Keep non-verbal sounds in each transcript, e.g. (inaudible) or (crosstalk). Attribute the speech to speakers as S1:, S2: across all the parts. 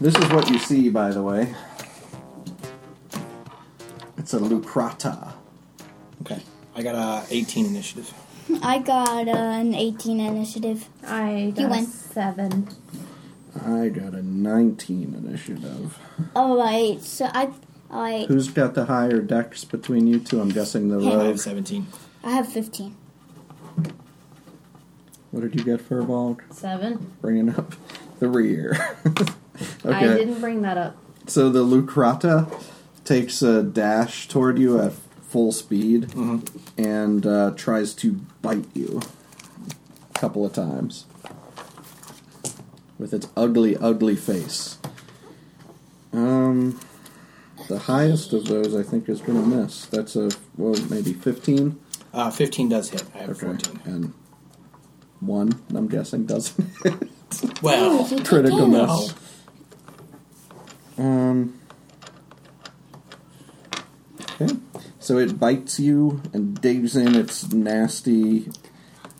S1: This is what you see, by the way. It's a lucrata.
S2: Okay. I got a 18 initiative.
S3: I got uh, an 18 initiative.
S4: I got a
S3: win.
S4: seven.
S1: I got a 19 initiative.
S3: All right, Oh, so I, oh, all right,
S1: Who's got the higher dex between you two? I'm guessing the
S2: I
S1: rogue.
S2: have 17.
S3: I have 15.
S1: What did you get, Furball?
S4: Seven.
S1: Bringing up (laughs) the rear.
S4: I
S1: okay.
S4: didn't bring that up.
S1: So the Lucrata takes a dash toward you at full speed and uh, tries to bite you a couple of times with its ugly, ugly face. Um, the highest of those, I think, is going to miss. That's a, well, maybe 15.
S2: Uh, 15 does hit. I have
S1: Okay.
S2: 14.
S1: And one, I'm guessing, doesn't. (laughs)
S2: Well,
S3: He took
S1: Oh, Critical
S3: damage.
S2: no.
S1: miss. Um. Okay. So it bites you and digs in its nasty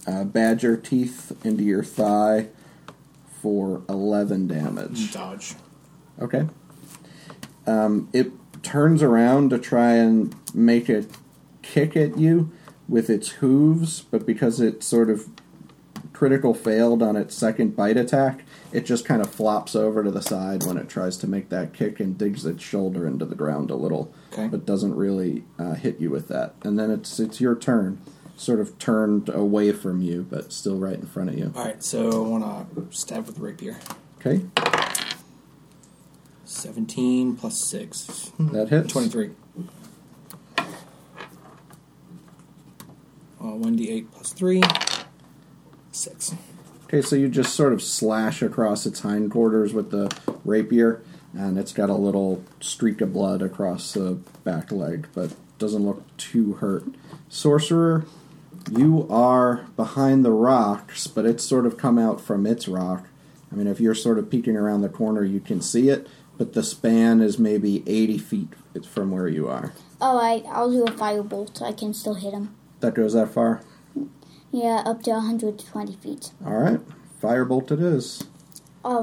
S1: uh, badger teeth into your thigh for 11 damage.
S2: Dodge.
S1: Okay. Um, it turns around to try and make it kick at you with its hooves, but because it sort of critical failed on its second bite attack, it just kind of flops over to the side when it tries to make that kick and digs its shoulder into the ground a little,
S2: Okay.
S1: but doesn't really uh, hit you with that. And then it's it's your turn, sort of turned away from you, but still right in front of you.
S2: Alright, so I want to stab with rapier.
S1: Okay,
S2: 17 plus 6.
S1: that hits.
S2: 23. Uh, 1d8 plus 3. 6.
S1: Okay, so you just sort of slash across its hindquarters with the rapier, and it's got a little streak of blood across the back leg, but doesn't look too hurt. Sorcerer, you are behind the rocks, but it's sort of come out from its rock. I mean, if you're sort of peeking around the corner, you can see it, but the span is maybe 80 feet from where you are.
S3: All right, oh, I'll do a firebolt. I can still hit him.
S1: That goes that far?
S3: Yeah, up to 120 feet.
S1: All right. Firebolt it is.
S3: All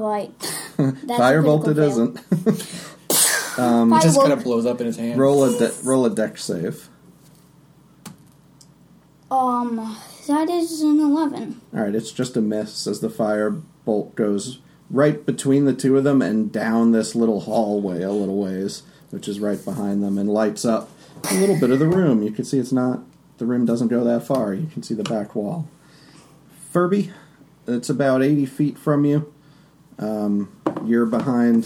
S1: (laughs)
S3: right. That's a
S1: Firebolt
S3: critical
S1: it
S3: fail.
S1: isn't. (laughs)
S3: Firebolt.
S2: Just kind of blows up in his hand.
S1: Roll a de- roll a deck save.
S3: Um, that is an 11.
S1: All right, it's just a miss as the fire bolt goes right between the two of them and down this little hallway a little ways, which is right behind them, and lights up a little bit of the room. You can see it's not the room doesn't go that far. You can see the back wall. Furby, it's about eighty feet from you. Um, you're behind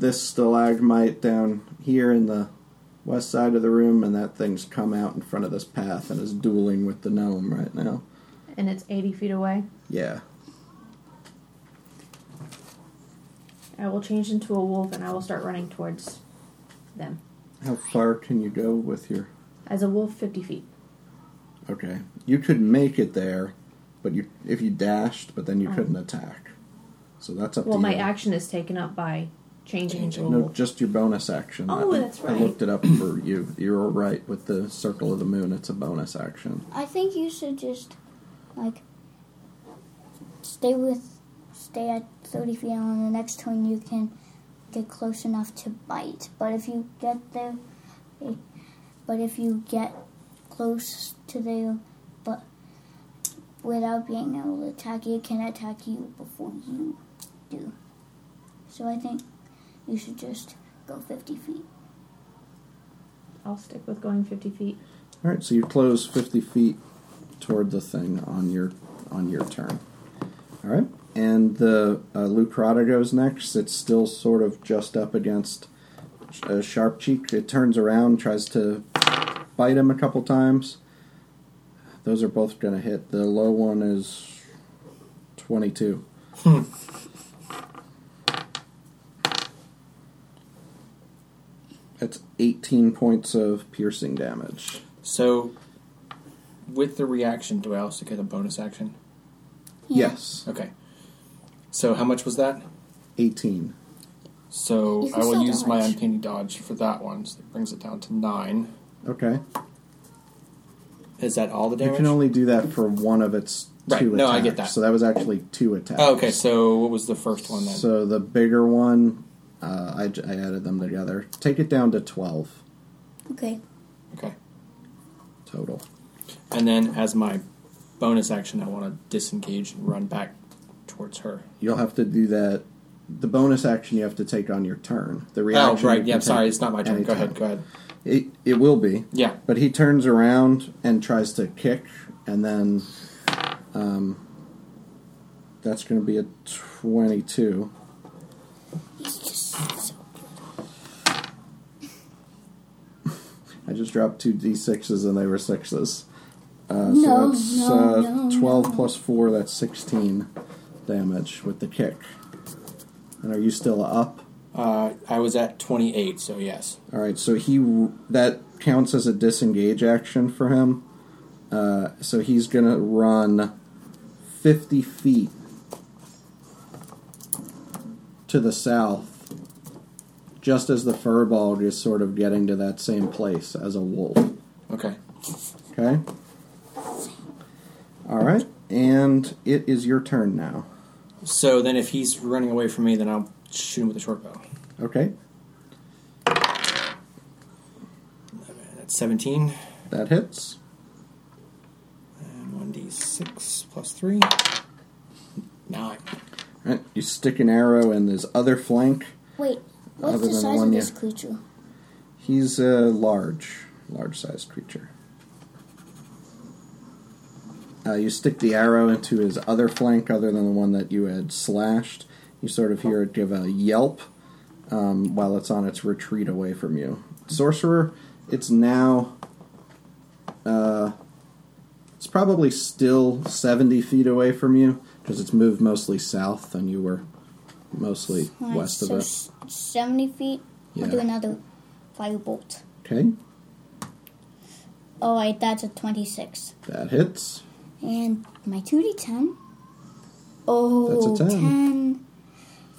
S1: this stalagmite down here in the west side of the room, and that thing's come out in front of this path and is dueling with the gnome right now.
S4: And it's 80 feet away.
S1: Yeah.
S4: I will change into a wolf and I will start running towards them.
S1: How far can you go with your.
S4: As a wolf, 50 feet.
S1: Okay. You could make it there, but you if you dashed, but then you couldn't attack. So that's up
S4: Mm. Well,
S1: to
S4: my
S1: you.
S4: action is taken up by changing into a
S1: No,
S4: wolf.
S1: just your bonus action.
S4: Oh,
S1: I,
S4: that's
S1: I
S4: right.
S1: looked it up for you. You were right with the circle of the moon. It's a bonus action.
S3: I think you should just, like, stay with, stay at 30 feet, and on the next turn you can get close enough to bite. But if you get there, eh, but if you get close to there, but without being able to attack, it can attack you before you do. So I think you should just go 50 feet.
S4: I'll stick with going 50 feet.
S1: All right, so you close 50 feet toward the thing on your on your turn. All right, and the uh, Lucrata goes next. It's still sort of just up against uh, Sharp Cheek. It turns around, tries to bite him a couple times. Those are both going to hit. The low one is 22. That's 18 points of piercing damage.
S2: So, with the reaction, do I also get a bonus action?
S1: Yes.
S2: Okay. So, how much was that?
S1: 18.
S2: So,
S3: You can
S2: I will
S3: still
S2: use my
S3: dodge.
S2: uncanny dodge for that one. So, it brings it down to 9.
S1: Okay.
S2: Is that all the
S1: You
S2: damage?
S1: can only do that for one of its
S2: Right.
S1: two
S2: No,
S1: attacks.
S2: I get that.
S1: So that was actually two attacks.
S2: Oh, okay, so what was the first one then?
S1: So the bigger one, uh, I, j- I added them together. Take it down to 12
S3: Okay.
S2: okay.
S1: total.
S2: And then as my bonus action, I want to disengage and run back towards her.
S1: You'll have to do that. The bonus action you have to take on your turn. The
S2: Oh,
S1: reaction.
S2: right.
S1: you
S2: Yeah,
S1: can
S2: I'm sorry.
S1: take
S2: It's not my turn. Go
S1: anytime.
S2: ahead. Go ahead.
S1: It, it will be.
S2: Yeah.
S1: But he turns around and tries to kick, and then um, that's going to be a 22.
S3: He's just so
S1: I just dropped two d6s and they were sixes. Uh, so
S3: No,
S1: that's
S3: no,
S1: uh,
S3: no,
S1: 12
S3: no.
S1: plus 4, that's 16 damage with the kick. And are you still up?
S2: Uh, I was at 28, so yes.
S1: All right, so he that counts as a disengage action for him. Uh, so he's gonna run fifty feet to the south, just as the furball is sort of getting to that same place as a wolf.
S2: Okay.
S1: Okay. All right, and it is your turn now.
S2: So then if he's running away from me, then I'll shoot him with a short bow.
S1: Okay,
S2: That's 17.
S1: that hits.
S2: And 1d6 plus 3. 9.
S1: All right, you stick an arrow in his other flank.
S3: Wait, what's
S1: Other
S3: the
S1: than
S3: size
S1: one,
S3: of
S1: yeah.
S3: this creature?
S1: He's a large, large sized creature. Uh, you stick the arrow into his other flank, other than the one that you had slashed. You sort of hear it give a yelp um, while it's on its retreat away from you. Sorcerer, it's now. Uh, it's probably still 70 feet away from you because it's moved mostly south and you were mostly
S3: Alright,
S1: west of
S3: so
S1: it.
S3: s- 70 feet. I'll do
S1: Yeah.
S3: another firebolt.
S1: Okay,
S3: Alright, Oh, that's a 26.
S1: that hits.
S3: And my 2d10. Oh,
S1: That's a 10.
S3: 10.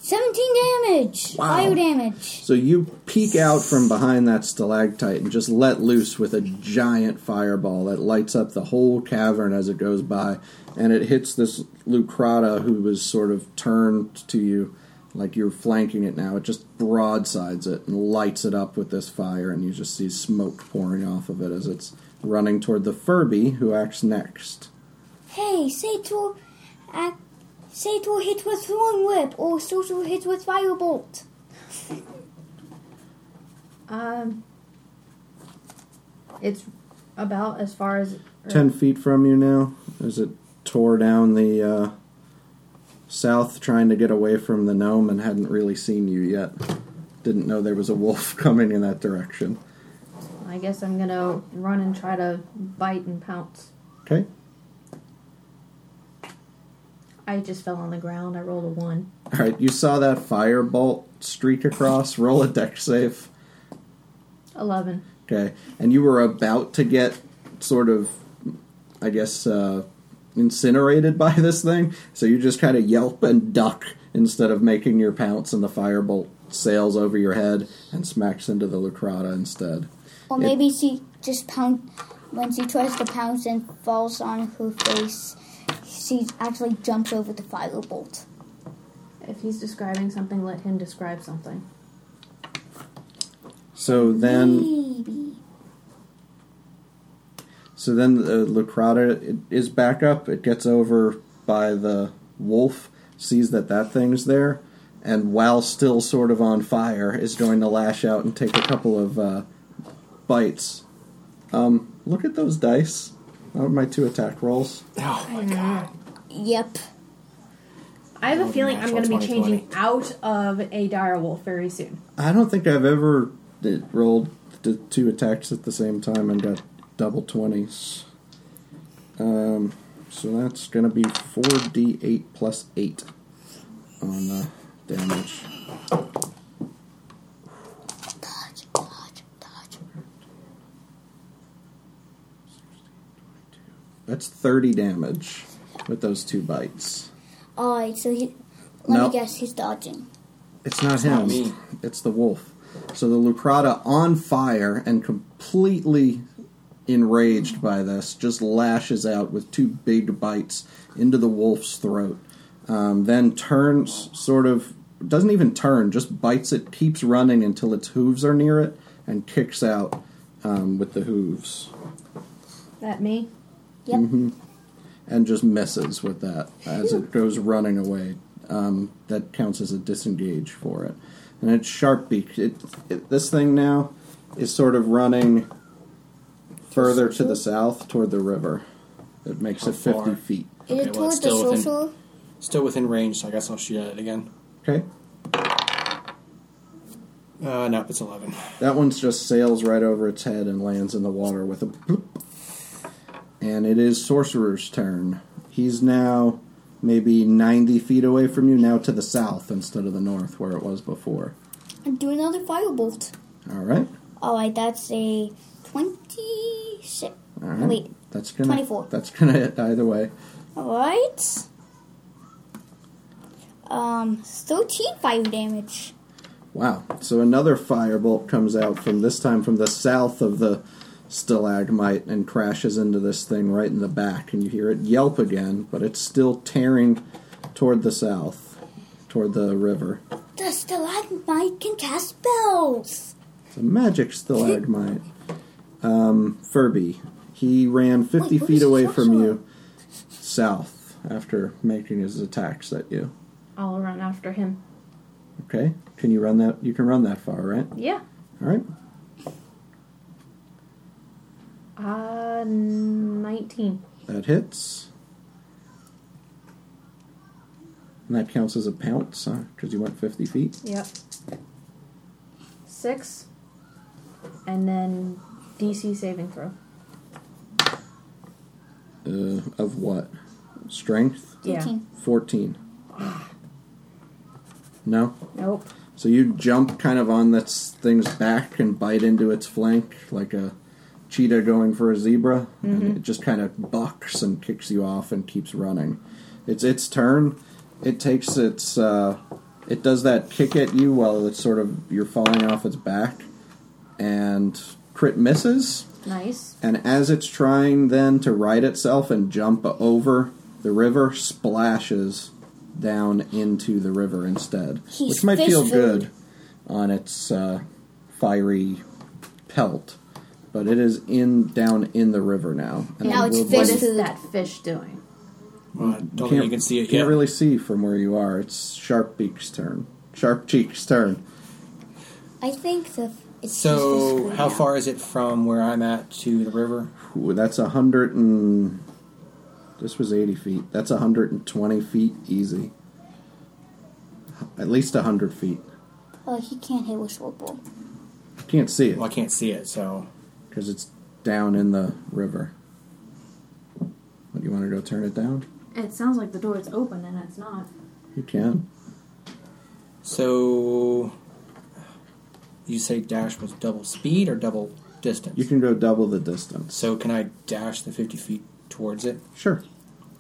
S3: 17 Oh, damage!
S1: Wow.
S3: Fire damage.
S1: So you peek out from behind that stalactite and just let loose with a giant fireball that lights up the whole cavern as it goes by, and it hits this Lucrata who was sort of turned to you, like you're flanking it now. It just broadsides it and lights it up with this fire, and you just see smoke pouring off of it as it's running toward the Furby, who acts next.
S3: Hey, Sator. Uh, Sator hit with Thorn Whip or Sorcerer hit with Firebolt.
S4: Um, it's about as far as or-
S1: Ten feet from you now, as it tore down the uh, south, trying to get away from the gnome, and hadn't really seen you yet. Didn't know there was a wolf (laughs) coming in that direction.
S4: I guess I'm gonna run and try to bite and pounce.
S1: Okay,
S4: I just fell on the ground. I rolled a one.
S1: all right. You saw that firebolt streak across. Roll a deck save.
S4: Eleven.
S1: Okay, and you were about to get sort of, I guess, uh, incinerated (laughs) by this thing. So you just kind of yelp and duck instead of making your pounce, and the firebolt sails over your head and smacks into the Lucrata instead.
S3: Or
S1: It-
S3: maybe she just pound when she tries to pounce and falls on her face. She actually jumps over the firebolt.
S4: If he's describing something, let him describe something.
S1: So then,
S3: Maybe.
S1: so then the Lucrata i- is back up. It gets over by the wolf, sees that that thing's there, and while still sort of on fire, is going to lash out and take a couple of uh, bites. Um, look at those dice. Oh, my two attack rolls.
S2: Oh, my God.
S3: Yep.
S4: I have a
S2: Oh,
S4: feeling I'm
S2: natural
S4: gonna
S2: 20,
S4: be changing out of a dire wolf very soon.
S1: I don't think I've ever d- rolled d- two attacks at the same time and got double 20s. Um, so that's going to be 4d8 plus 8 on uh, damage.
S3: Dodge, dodge, dodge.
S1: That's 30 damage with those two bites.
S3: Alright, so he. Let
S1: Nope.
S3: me guess, he's dodging.
S1: It's not him.
S2: not me.
S1: It's the wolf. So the Lucrata on fire and completely enraged by this, just lashes out with two big bites into the wolf's throat. Um, then turns, sort of, doesn't even turn, just bites it, keeps running until its hooves are near it, and kicks out um, with the hooves.
S4: That me?
S3: Yep.
S2: Mm-hmm.
S1: and just misses with that as it goes running away. Um, that counts as a disengage for it, and it's sharp beak. It, it this thing now is sort of running further to the south toward the river. It makes
S2: How
S1: it fifty
S2: far?
S1: feet.
S3: Is
S2: Okay,
S3: it
S2: well, it's
S3: towards the
S2: still within-
S3: social?
S2: Still within range, so I guess I'll shoot at it again.
S1: Okay,
S2: Uh, nope, it's 11.
S1: that one's just sails right over its head and lands in the water with a bloop. And it is sorcerer's turn. He's now maybe ninety feet away from you now to the south instead of the north where it was before.
S3: Do another firebolt.
S1: All right.
S3: All right, that's a twenty-six.
S1: All
S2: Mm-hmm.
S1: right.
S3: Wait,
S1: That's gonna
S3: 24.
S1: That's gonna hit either way.
S3: all right. Um, thirteen fire damage.
S1: Wow. So another firebolt comes out from this time from the south of the stalagmite and crashes into this thing right in the back, and you hear it yelp again, but it's still tearing toward the south, toward the river.
S3: The stalagmite can cast spells.
S1: It's a magic stalagmite. Um, Furby. He ran 50
S3: Wait, what
S1: feet
S3: is the
S1: away from
S3: sorcerer?
S1: you, south, after making his attacks at you.
S4: I'll run after him.
S1: Okay, can you run that? You can run that far, right?
S4: Yeah.
S1: All right.
S4: Uh, 19.
S1: That hits. And that counts as a pounce, because you went 50 feet.
S4: Yep. 6. And then DC saving throw.
S1: Uh, of what? Strength?
S4: Yeah.
S3: 13.
S1: 14. No?
S4: Nope.
S1: So you jump kind of on this thing's back and bite into its flank like a cheetah going for a zebra, and it just kind of bucks and kicks you off and keeps running. It's its turn. It takes its. Uh, it does that kick at you while it's sort of you're falling off its back, and crit misses.
S4: Nice.
S1: And as it's trying then to right itself and jump over, the river splashes down into the river instead,
S3: He's
S1: which might feel
S3: fish food.
S1: good on its uh, fiery pelt. But it is in down in the river now. And
S3: Now
S1: it
S3: it's
S1: will bite-
S3: fish
S4: What
S3: This
S4: is
S3: food.
S4: that fish doing?
S2: Well, I don't think
S1: Can't-
S2: you can see it
S1: Can't
S2: yet.
S1: really see from where you are. It's Sharp Beak's turn. Sharp Cheek's turn.
S3: I think the it's just
S2: So,
S3: this
S2: how
S3: way
S2: far is it from where I'm at to the river?
S1: Ooh, that's a hundred and. This was eighty feet. That's hundred and twenty feet easy. At least hundred feet.
S3: now. Oh, he can't hit with short ball.
S1: Can't see
S2: Well, I
S1: it
S2: can't see it, so
S1: because it's down in the river. What, you want to go turn it down?
S4: It sounds like the door's open and it's not.
S1: You can.
S2: so you say dash was double speed or double distance?
S1: You can go double the distance.
S2: So can I dash the 50 feet towards it
S1: Sure.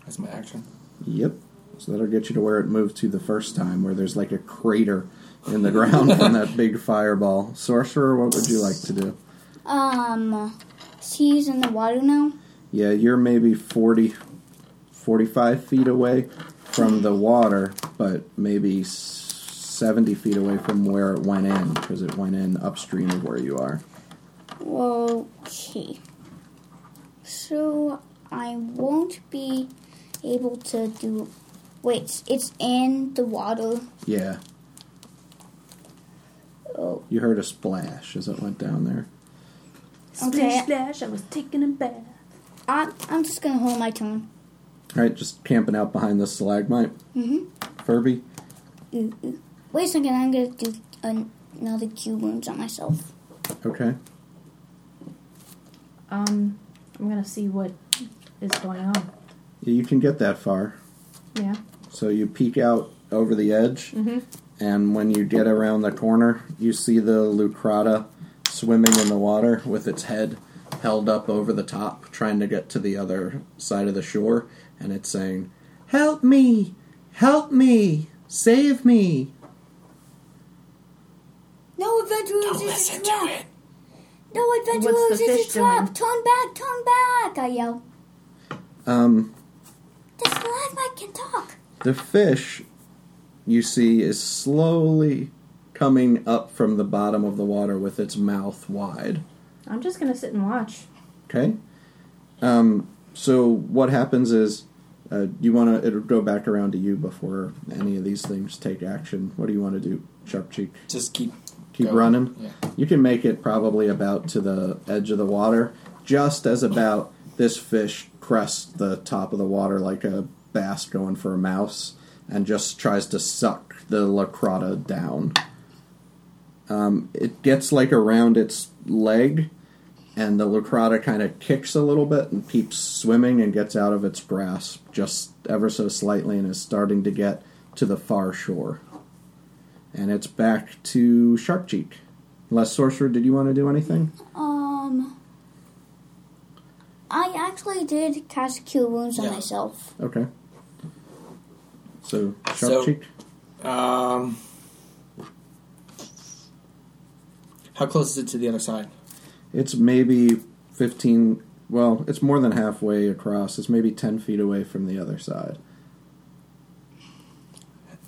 S2: as my action?
S1: Yep. So that'll get you to where it moved to the first time, where there's like a crater in the (laughs) ground from that big fireball. Sorcerer, what would you like to do?
S3: Um, she's in the water now.
S1: Yeah, you're maybe 40, 45 feet away from the water, but maybe s- 70 feet away from where it went in, because it went in upstream of where you are.
S3: Okay. So I won't be able to do. Wait, it's in the water.
S1: Yeah,
S3: Oh,
S1: you heard a splash as it went down there.
S3: Okay.
S4: Splash, splash, I was taking a bath.
S3: I'm I'm just gonna hold my tongue.
S1: All right, just camping out behind the stalagmite.
S3: Mhm.
S1: Furby,
S3: Ooh, ooh. Wait a second, I'm gonna do an- another cube wounds on myself.
S1: okay.
S4: Um, I'm gonna see what is going on.
S1: Yeah, You can get that far.
S4: Yeah.
S1: So you peek out over the edge,
S4: Mhm.
S1: and when you get around the corner, you see the Lucrata swimming in the water with its head held up over the top, trying to get to the other side of the shore, and it's saying, Help me! Help me! Save me!
S3: No adventurers
S2: Don't
S3: is
S2: listen to it.
S3: No, adventurers,
S4: What's the
S3: it's
S4: fish
S3: a trap.
S4: doing?
S3: Turn back, turn back, I yell.
S1: Um,
S3: This live mic can talk.
S1: the fish you see is slowly coming up from the bottom of the water with its mouth wide.
S4: I'm just gonna sit and watch.
S1: Okay. Um, so what happens is, uh, you want to it'll go back around to you before any of these things take action. What do you want to do, Sharp Cheek?
S2: Just keep
S1: Keep
S2: going.
S1: running.
S2: Yeah.
S1: You can make it probably about to the edge of the water, just as about this fish crests the top of the water like a bass going for a mouse, and just tries to suck the lacrata down. Um, it gets like around its leg, and the lacrata kind of kicks a little bit and keeps swimming and gets out of its grasp just ever so slightly and is starting to get to the far shore. And it's back to Sharp Cheek. Unless Sorcerer, did you want to do anything?
S3: Um, I actually did cast Cure Wounds on
S2: Yeah.
S3: myself.
S1: Okay. So Sharp
S2: So-
S1: Cheek.
S2: Um, how close is it to the other side?
S1: It's maybe fifteen well, it's more than halfway across. It's maybe ten feet away from the other side.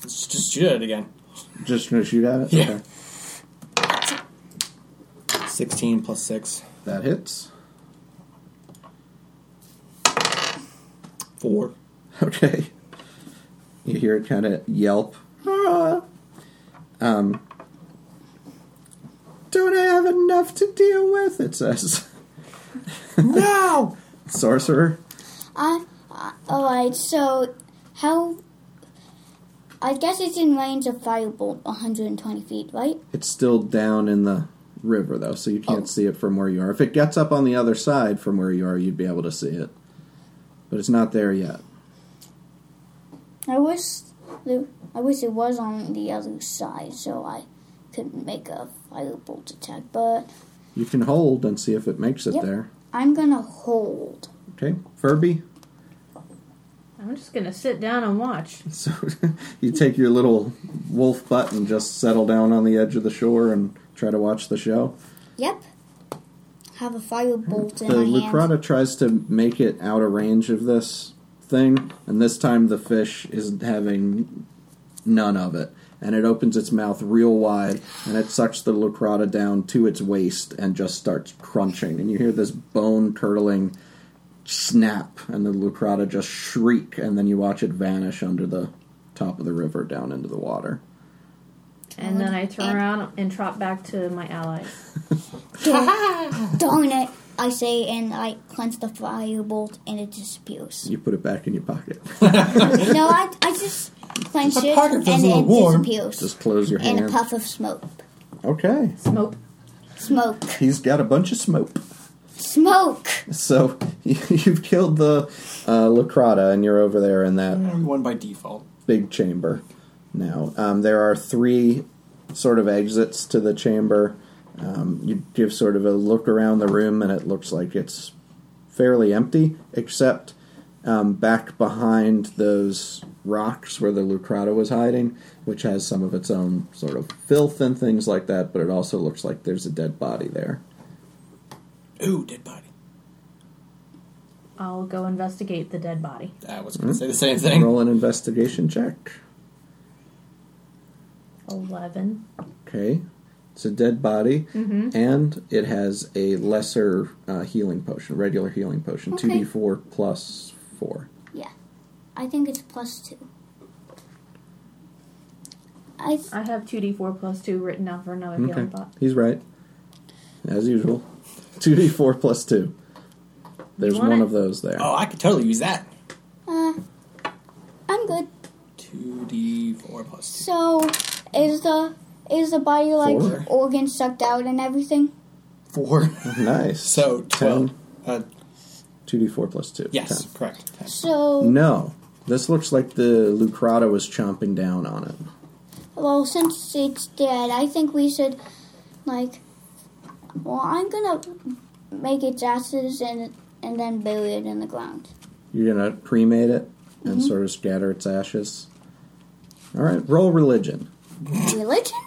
S2: Let's just shoot at it again.
S1: Just gonna shoot at it?
S2: Yeah. 16 plus 6.
S1: That hits.
S2: 4.
S1: Okay. You hear it kind of yelp. Ah. Um, Don't I have enough to deal with? It says. (laughs) no! Sorcerer.
S3: I, uh, alright, so how. I guess it's in range of Firebolt 120 feet, right?
S1: It's still down in the river, though, so you can't
S3: Oh.
S1: see it from where you are. If it gets up on the other side from where you are, you'd be able to see it. But it's not there yet.
S3: I wish, the- I wish it was on the other side so I could make a Firebolt attack, but
S1: You can hold and see if it makes it
S3: Yep.
S1: there.
S3: I'm gonna hold.
S1: Okay, Furby. (laughs)
S4: I'm just gonna sit down and watch.
S1: So you take your little wolf butt and just settle down on the edge of the shore and try to watch the show.
S3: Yep. Have a Firebolt in
S1: the
S3: my hand.
S1: Lucrata tries to make it out of range of this thing, and this time the fish is having none of it. And it opens its mouth real wide, and it sucks the Lucrata down to its waist and just starts crunching. And you hear this bone curdling snap, and the Lucrata just shriek, and then you watch it vanish under the top of the river down into the water.
S4: And then I turn around and trot back to my allies.
S3: (laughs) Darn it! I say, and I clench the firebolt, and it disappears.
S1: You put it back in your pocket. (laughs)
S3: no, I, I just clench
S2: My
S3: it,
S2: pocket
S3: and
S2: feels a little
S3: it
S2: warm.
S3: disappears.
S1: Just close your
S3: and a
S1: hand.
S3: puff of smoke.
S1: Okay.
S4: Smoke.
S3: Smoke.
S1: He's got a bunch of smoke.
S3: Smoke!
S1: So (laughs) you've killed the uh, Lacrata, and you're over there in that
S2: One by default.
S1: big chamber. Now um, there are three sort of exits to the chamber. Um, you give sort of a look around the room, and it looks like it's fairly empty, except um, back behind those rocks where the Lucrata was hiding, which has some of its own sort of filth and things like that. But it also looks like there's a dead body there.
S2: Ooh, dead body.
S4: I'll go investigate the dead body.
S2: I was going to say the same thing.
S1: Hmm? Roll an investigation check.
S4: Eleven.
S1: Okay. It's a dead body,
S4: Mm-hmm.
S1: and it has a lesser uh, healing potion, regular healing potion,
S3: Okay.
S1: 2d4 plus 4.
S3: Yeah. I think it's plus two. I,
S4: I have two D four plus two written down for another
S1: Okay.
S4: healing thought.
S1: He's right. As usual. 2d4 plus 2. There's
S4: You want
S1: one
S4: it?
S1: of those there.
S2: Oh, I could totally use that.
S3: uh, I'm good.
S2: 2d4 plus
S3: So, is the, is the body, like,
S1: Four.
S3: organs sucked out and everything?
S1: (laughs)
S2: 2. 4.
S1: Nice.
S2: so, 12.
S1: Ten.
S2: Uh,
S1: 2d4 plus 2.
S2: yes,
S1: Ten.
S2: correct. 10.
S3: So,
S1: No. This looks like the Lucrata was chomping down on it.
S3: Well, since it's dead, I think we should, like, well, I'm gonna make its ashes and and then bury it in the ground.
S1: You're going to cremate it and
S4: Mm-hmm.
S1: sort of scatter its ashes. All right, roll religion.
S3: Religion?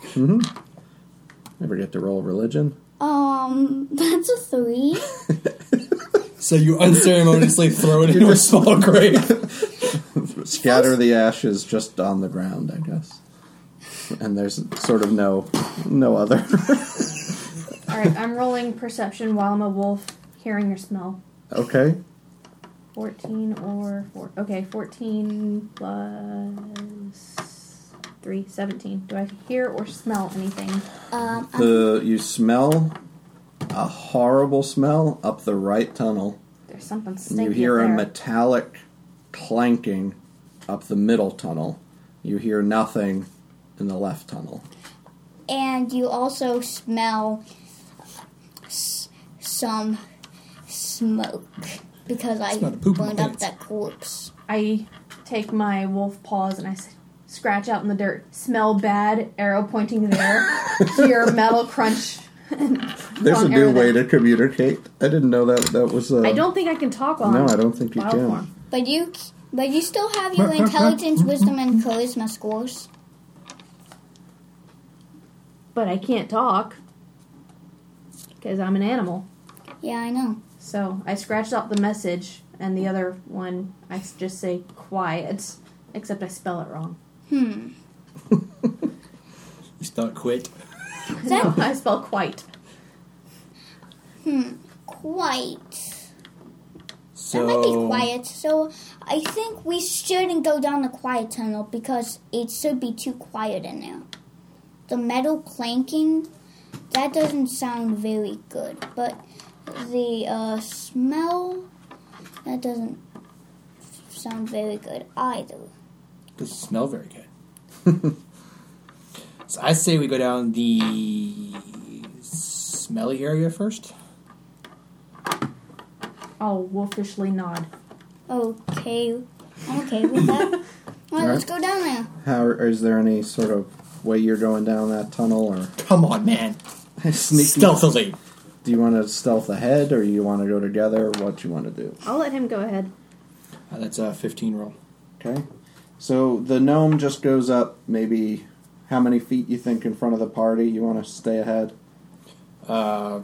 S1: Never get Mm-hmm. to roll religion.
S3: Um, (laughs) that's a three.
S2: So you
S1: (laughs)
S2: unceremoniously throw it into a small grave.
S1: Scatter the ashes just on the ground, I guess. And there's sort of no no other. (laughs)
S4: All right, I'm rolling perception while I'm a wolf, hearing or smell.
S1: okay.
S4: 14 or 4. Okay, 14 plus 3, 17. Do I hear or smell anything?
S3: Um, I-
S1: The you smell a horrible smell up the right tunnel.
S4: There's something
S1: And
S4: stinky.
S1: you hear
S4: up
S1: a
S4: there.
S1: metallic clanking up the middle tunnel. You hear nothing in the left tunnel.
S3: and you also smell s- some smoke because I
S2: Smell the poop in my
S3: burned up
S2: pants.
S3: that corpse.
S4: I take my wolf paws and I s- scratch out in the dirt. Smell bad, arrow pointing
S1: (laughs)
S4: there. hear metal crunch.
S1: There's a
S4: on
S1: new
S4: arrow
S1: way
S4: there.
S1: to communicate. I didn't know that that was a
S4: I don't think I can talk on
S1: No, I don't think you
S4: wild
S1: can.
S4: form.
S3: But you, c- but you still have your
S2: Mm-hmm.
S3: intelligence, wisdom, and charisma scores.
S4: But I can't talk. Because I'm an animal.
S3: Yeah, I know.
S4: So I scratched out the message, and the other one I s- just say quiet, except I spell it wrong. (laughs)
S3: Hmm.
S2: You spell quit.
S4: No, I spell quite.
S3: Hmm. Quite.
S2: So
S3: That might be quiet. So I think we shouldn't go down the quiet tunnel because it should be too quiet in there. The metal clanking, that doesn't sound very good. But the uh, smell, that doesn't sound very good either.
S2: Doesn't smell very good. (laughs) so I say we go down the smelly area first.
S4: I'll wolfishly nod.
S3: Okay, I'm okay with that. All right, let's go down there.
S1: How is there any sort of way you're going down that tunnel or (laughs)
S2: Come on, man.
S1: sneaky?
S2: Stealthily.
S1: Do you want to stealth ahead or you want to go together? What you want to do?
S4: I'll let him go ahead.
S2: Uh, that's a 15 roll.
S1: Okay. So the gnome just goes up maybe how many feet you think in front of the party? You want to stay ahead?
S2: Uh,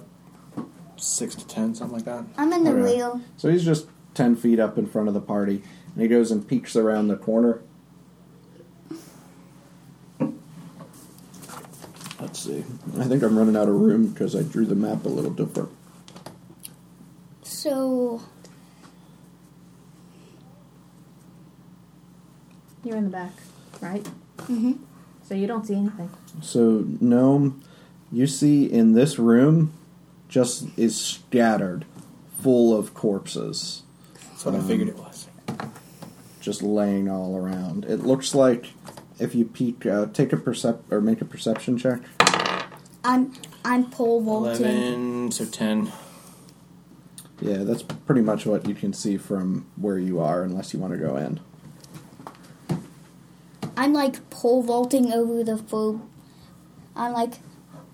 S2: 6 to 10, something like that.
S3: I'm in the
S1: Okay.
S3: wheel.
S1: So he's just 10 feet up in front of the party and he goes and peeks around the corner. Let's see. I think I'm running out of room because I drew the map a little different.
S3: So
S4: You're in the back, right?
S3: Mhm.
S4: So you don't see anything.
S1: So, Gnome, you see in this room just is scattered full of corpses
S2: That's what I figured it was.
S1: just laying all around. It looks like if you peek, uh, take a percep or make a perception check.
S3: I'm I'm pole vaulting.
S2: 11, so 10.
S1: Yeah, that's pretty much what you can see from where you are, unless you want to go in.
S3: I'm like pole vaulting over the food. I'm like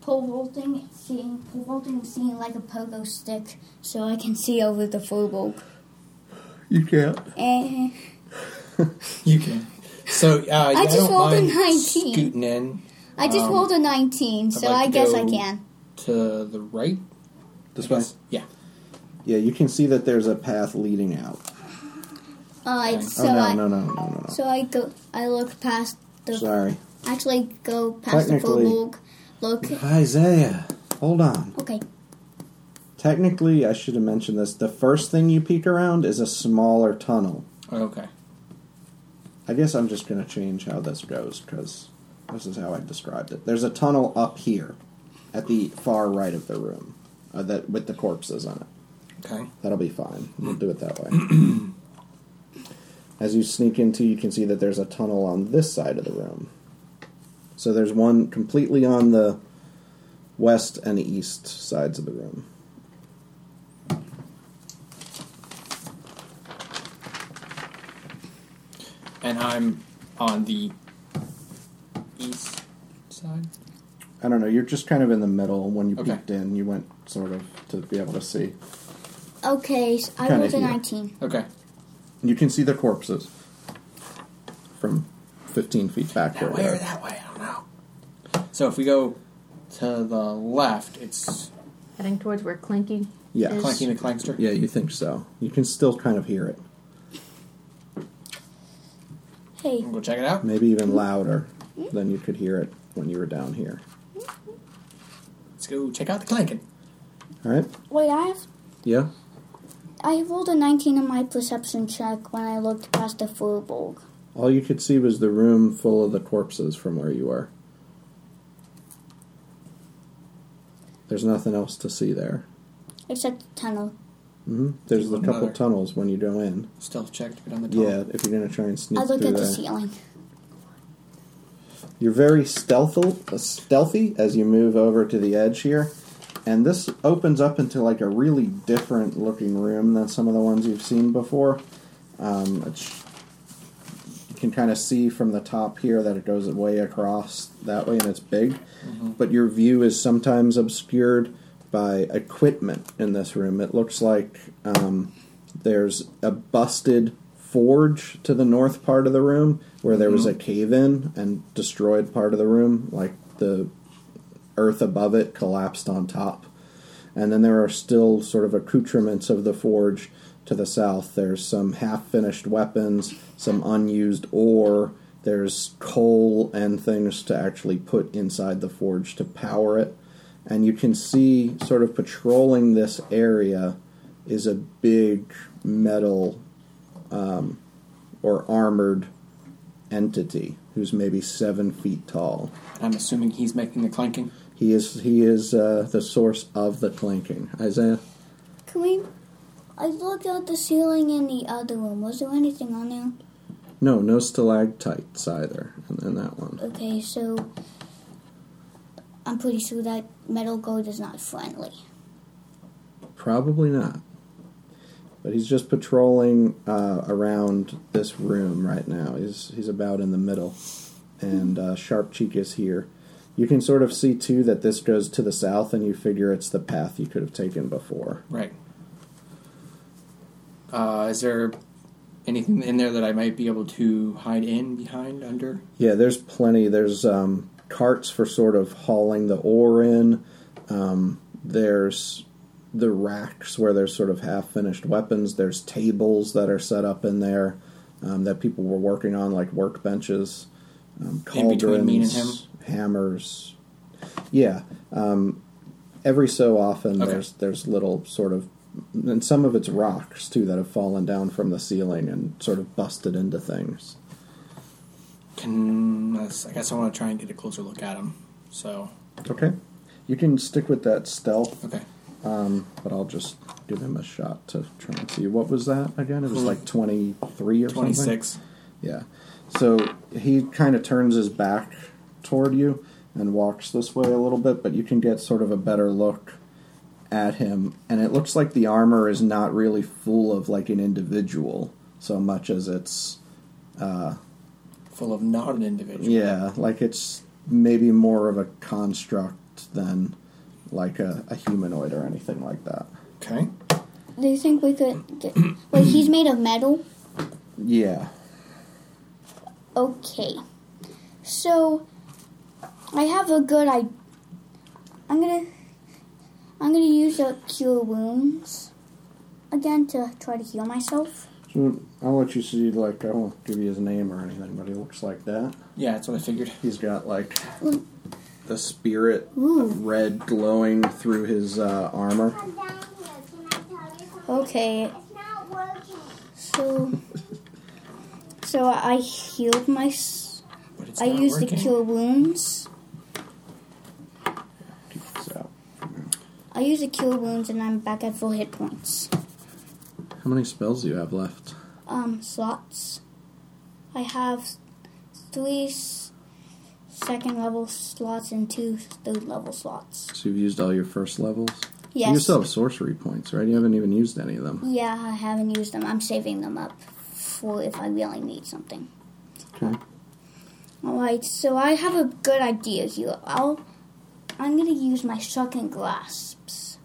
S3: pole vaulting, seeing pole vaulting, seeing like a pogo stick, so I can see over the Eh, food.
S1: You can't.
S3: And
S2: You can. So, uh, yeah, I
S3: just
S2: don't
S3: rolled a
S2: mind
S3: 19.
S2: scooting in
S3: I just
S2: Um,
S3: rolled a 19, so
S2: like
S3: I
S2: to
S3: guess I
S2: go-
S3: can.
S2: to the right.
S1: This way.
S2: Yeah.
S1: Yeah, you can see that there's a path leading out.
S3: Uh,
S2: Okay.
S3: so
S1: oh no,
S3: I
S1: no, no, no, no, no.
S3: so I go. I look past the.
S1: Sorry,
S3: Actually, go past the
S1: Technically-
S3: food. Look.
S1: Isaiah. Hold on.
S3: Okay.
S1: Technically, I should have mentioned this. The first thing you peek around is a smaller tunnel.
S2: Okay.
S1: I guess I'm just going to change how this goes because this is how I described it. There's a tunnel up here at the far right of the room uh, that with the corpses on it.
S2: Okay.
S1: That'll be fine. We'll do it that way. As you sneak into, you can see that there's a tunnel on this side of the room. So there's one completely on the west and east sides of the room.
S2: And I'm on the east side.
S1: I don't know. You're just kind of in the middle. When you
S2: Okay.
S1: peeked in, you went sort of to be able to see.
S3: Okay, so I
S1: Kinda
S3: rolled a
S1: here.
S3: 19.
S2: Okay.
S1: You can see the corpses from 15 feet back where
S2: That
S1: we
S2: way or
S1: are.
S2: that way, I don't know. So if we go to the left, it's
S4: Heading towards where Clinky
S1: Yeah.
S4: is.
S2: Clanky the Clankster.
S1: Yeah, you think so. You can still kind of hear it.
S3: Hey,
S2: Go check it out.
S1: Maybe even louder than you could hear it when you were down here.
S2: Let's go check out the clanking.
S1: All right?
S3: wait, I have.
S1: Yeah?
S3: I rolled a 19 on my perception check when I looked past the Furbolg.
S1: All you could see was the room full of the corpses from where you were. There's nothing else to see there.
S3: Except the tunnel.
S1: hmm There's the couple
S2: Another.
S1: tunnels when you go in.
S2: Stealth check to get on the top.
S1: Yeah, if you're going to try and sneak
S3: Oh. I look
S1: through
S3: at the
S1: there.
S3: ceiling.
S1: You're very stealthful, stealthy as you move over to the edge here. And this opens up into like a really different looking room than some of the ones you've seen before. Um, it's, you can kind of see from the top here that it goes way across that way and it's big. But your view is sometimes obscured by equipment in this room. It looks like um, there's a busted forge to the north part of the room where there was a cave in and destroyed part of the room, like the earth above it collapsed on top. And then there are still sort of accoutrements of the forge to the south. There's some half finished weapons, some unused ore, there's coal and things to actually put inside the forge to power it. And you can see, sort of patrolling this area, is a big metal um, or armored entity who's maybe seven feet tall.
S2: I'm assuming he's making the clanking.
S1: He is he is uh, the source of the clinking. Isaiah,
S3: Can we? I looked at the ceiling in the other room. Was there anything on there?
S1: no, no stalactites either in, in that one.
S3: Okay, so I'm pretty sure that metal gold is not friendly.
S1: Probably not. But he's just patrolling uh, around this room right now. He's he's about in the middle, and uh, Sharp Cheek is here. You can sort of see too that this goes to the south, and you figure it's the path you could have taken before.
S2: Right. Uh, is there anything in there that I might be able to hide in behind, under?
S1: Yeah, there's plenty. There's um, carts for sort of hauling the ore in. Um, there's the racks where there's sort of half finished weapons. There's tables that are set up in there um, that people were working on, like workbenches, um,
S2: In
S1: cauldrons,
S2: between me and
S1: hammers. Yeah. Um, every so often,
S2: Okay.
S1: there's there's little sort of, and some of it's rocks too that have fallen down from the ceiling and sort of busted into things.
S2: Can I s- I guess I want to try and get a closer look at him. So
S1: Okay. You can stick with that stealth,
S2: okay,
S1: but I'll just give him a shot to try and see. What was that again? It was like 23 or
S2: twenty
S1: something?
S2: six.
S1: Yeah. So he kind of turns his back toward you and walks this way a little bit, but you can get sort of a better look at him. And it looks like the armor is not really full of like an individual so much as it's,
S2: Full of not an individual.
S1: yeah, like it's maybe more of a construct than like a, a humanoid or anything like that.
S2: Okay.
S3: Do you think we could? Get, wait, he's made of metal.
S1: Yeah.
S3: Okay, so I have a good I. I'm gonna. I'm gonna use a cure wounds again to try to heal myself.
S1: So I'll let you see. Like I won't give you his name or anything, but he looks like that.
S2: Yeah, that's what I figured.
S1: He's got like the spirit
S3: Ooh.
S1: red glowing through his uh, armor.
S5: I'm down here. Can I tell you something?
S3: Okay,
S5: It's not working.
S3: so so I healed my. s-
S2: But it's
S3: I
S2: not
S3: used
S2: working.
S3: the cure wounds.
S1: So
S3: I use the cure wounds and I'm back at full hit points.
S1: how many spells do you have left?
S3: Um, slots. I have three s- second level slots and two third level slots.
S1: So you've used all your first levels.
S3: Yes.
S1: You still have sorcery points, right? You haven't even used any of them.
S3: Yeah, I haven't used them. I'm saving them up for if I really need something.
S1: Okay.
S3: Alright, so I have a good idea here. I'll, I'm gonna use my second grasps.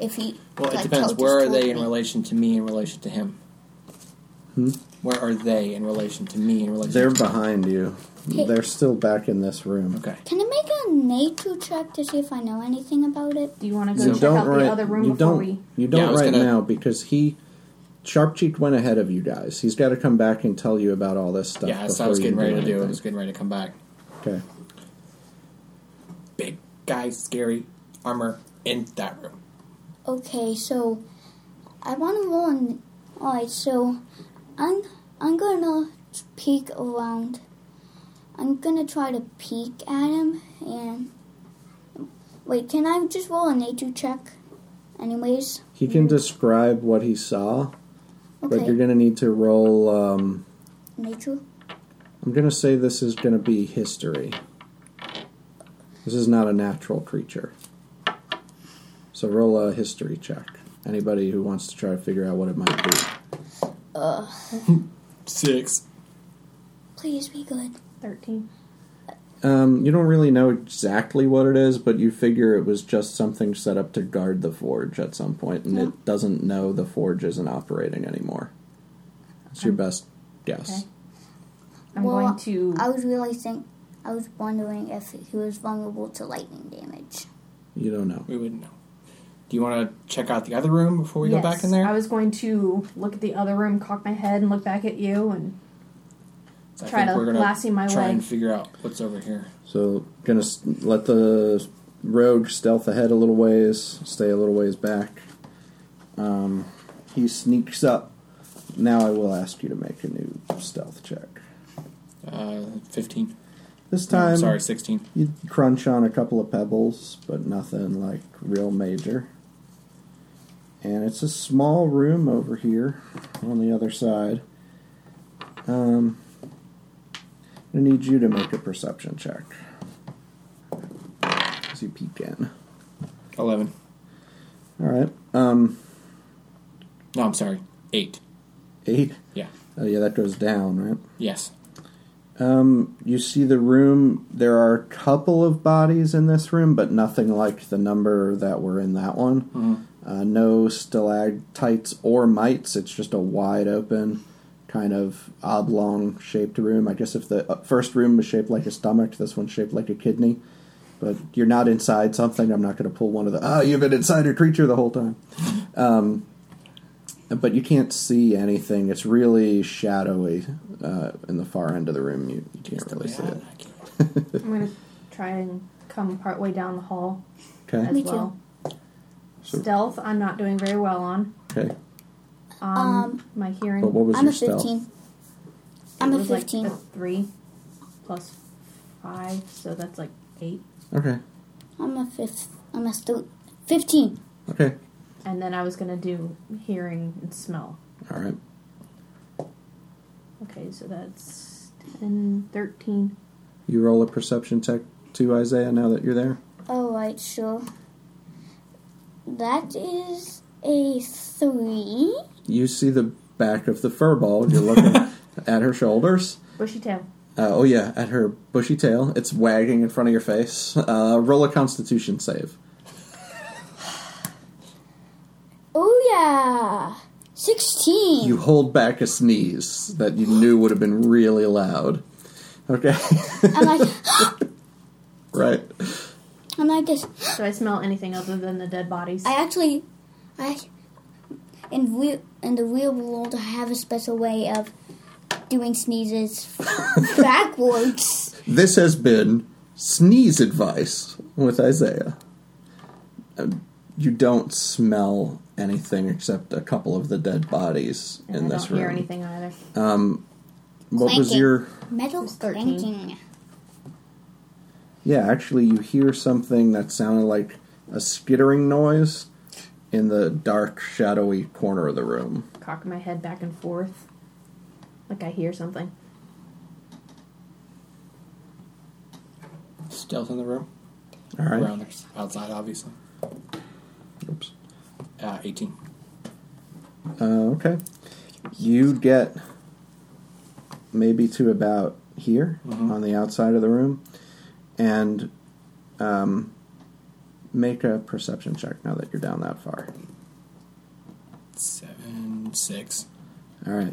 S3: If he
S2: Well, it
S3: like,
S2: depends.
S3: tilts
S2: Where are
S3: toward
S2: they in
S3: me.
S2: relation to me? In relation to him? Where are they in relation to me? In relation,
S1: Hmm? They're
S2: to-
S1: behind you. They're still back in this room.
S2: okay.
S3: Can I make a nature check to see if I know anything about it?
S4: Do you want to go
S1: You
S4: check
S1: don't
S4: out
S1: right.
S4: the other room
S1: you
S4: before
S1: don't.
S4: we?
S1: You don't
S2: Yeah, I was
S1: right
S2: gonna-
S1: now because he, Sharp Cheek went ahead of you guys. He's got to come back and tell you about all this stuff.
S2: Yeah, so I was
S1: before you
S2: getting ready to do. it. I
S1: anything.
S2: was getting ready to come back.
S1: Okay.
S2: Big guy, scary armor in that room.
S3: Okay, so I want to roll. An, all right, so I'm I'm gonna peek around. I'm gonna try to peek at him and wait. Can I just roll a nature check? Anyways,
S1: He can describe what he saw, but
S3: okay,
S1: you're going to need to roll. Um,
S3: nature.
S1: I'm going to say this is going to be history. This is not a natural creature. So roll a history check. Anybody who wants to try to figure out what it might be.
S2: Six.
S3: Please be good.
S4: Thirteen.
S1: Um, you don't really know exactly what it is, but you figure it was just something set up to guard the forge at some point, and it doesn't know the forge isn't operating anymore. It's your best guess.
S4: Okay. I'm
S3: Well,
S4: going to.
S3: I was really think I was wondering if he was vulnerable to lightning damage.
S1: You don't know.
S2: We wouldn't know. Do you want to check out the other room before we go back
S4: Yes,
S2: in there?
S4: I was going to look at the other room, cock my head, and look back at you, and
S2: I
S4: try
S2: think
S4: to
S2: we're gonna
S4: lassie my
S2: try
S4: way.
S2: and figure out what's over here.
S1: So, gonna s- let the rogue stealth ahead a little ways, stay a little ways back. Um, he sneaks up. Now I will ask you to make a new stealth check.
S2: Uh, Fifteen.
S1: This
S2: No,
S1: time,
S2: Oh, sorry, sixteen.
S1: You crunch on a couple of pebbles, but nothing like real major. And it's a small room over here on the other side. Um, I need you to make a perception check. As you peek in.
S2: Eleven.
S1: Alright. Um,
S2: No, I'm sorry. Eight.
S1: eight.
S2: Yeah.
S1: Oh, yeah, that goes down, right?
S2: Yes.
S1: Um, you see the room. There are a couple of bodies in this room, but nothing like the number that were in that one. Uh, no stalactites or mites. It's just a wide open, kind of oblong shaped room. I guess if the uh, first room was shaped like a stomach, this one's shaped like a kidney. But you're not inside something. I'm not going to pull one of the. Oh, you've been inside a creature the whole time. Um, But you can't see anything. It's really shadowy uh, in the far end of the room. You, you can't really see it. (laughs)
S4: I'm going to try and come partway down the hall
S1: Okay.
S4: as
S3: Me too.
S4: well.
S1: So-
S4: Stealth, I'm not doing very well on.
S1: Okay.
S4: Um,
S3: Um,
S4: my hearing.
S1: But what was
S3: I'm
S1: your
S3: a
S1: stealth?
S3: fifteen.
S4: it
S3: I'm a
S4: was like
S3: fifteen.
S4: three plus five, so that's like eight.
S1: Okay.
S3: I'm a fifth. I'm a stu- fifteen.
S1: Okay.
S4: And then I was going to do hearing and smell.
S1: All right.
S4: Okay, so that's 10, 13.
S1: You roll a perception check to Isaiah now that you're there.
S3: All right, sure. That is a three.
S1: You see the back of the furball. You're looking at her shoulders.
S4: Bushy tail.
S1: Uh, oh yeah, at her bushy tail. It's wagging in front of your face. Uh, roll a Constitution save.
S3: Oh yeah, sixteen.
S1: You hold back a sneeze that you knew would have been really loud. Okay. (laughs)
S3: and I
S1: right.
S3: and I guess
S4: Do I smell anything other than the dead bodies?
S3: I actually I in real in the real world I have a special way of
S1: (laughs)
S3: doing sneezes backwards.
S1: This has been sneeze advice with Isaiah. Uh, You don't smell anything except a couple of the dead bodies
S4: and
S1: in
S4: I
S1: this
S4: don't hear
S1: room.
S4: anything either.
S1: Um, what was
S3: Clanking.
S1: your?
S3: Metal
S4: It's 13.
S3: clanking.
S1: Yeah, actually, you hear something that sounded like a skittering noise in the dark, shadowy corner of the room.
S4: Cock my head back and forth. Like I hear something.
S2: Stealth in the room.
S1: All right.
S2: Around there. Outside, obviously.
S1: Oops.
S2: Uh, Eighteen.
S1: Uh, okay. You get maybe to about here on the outside of the room, and um, make a perception check now that you're down that far.
S2: Seven. Six.
S1: All right.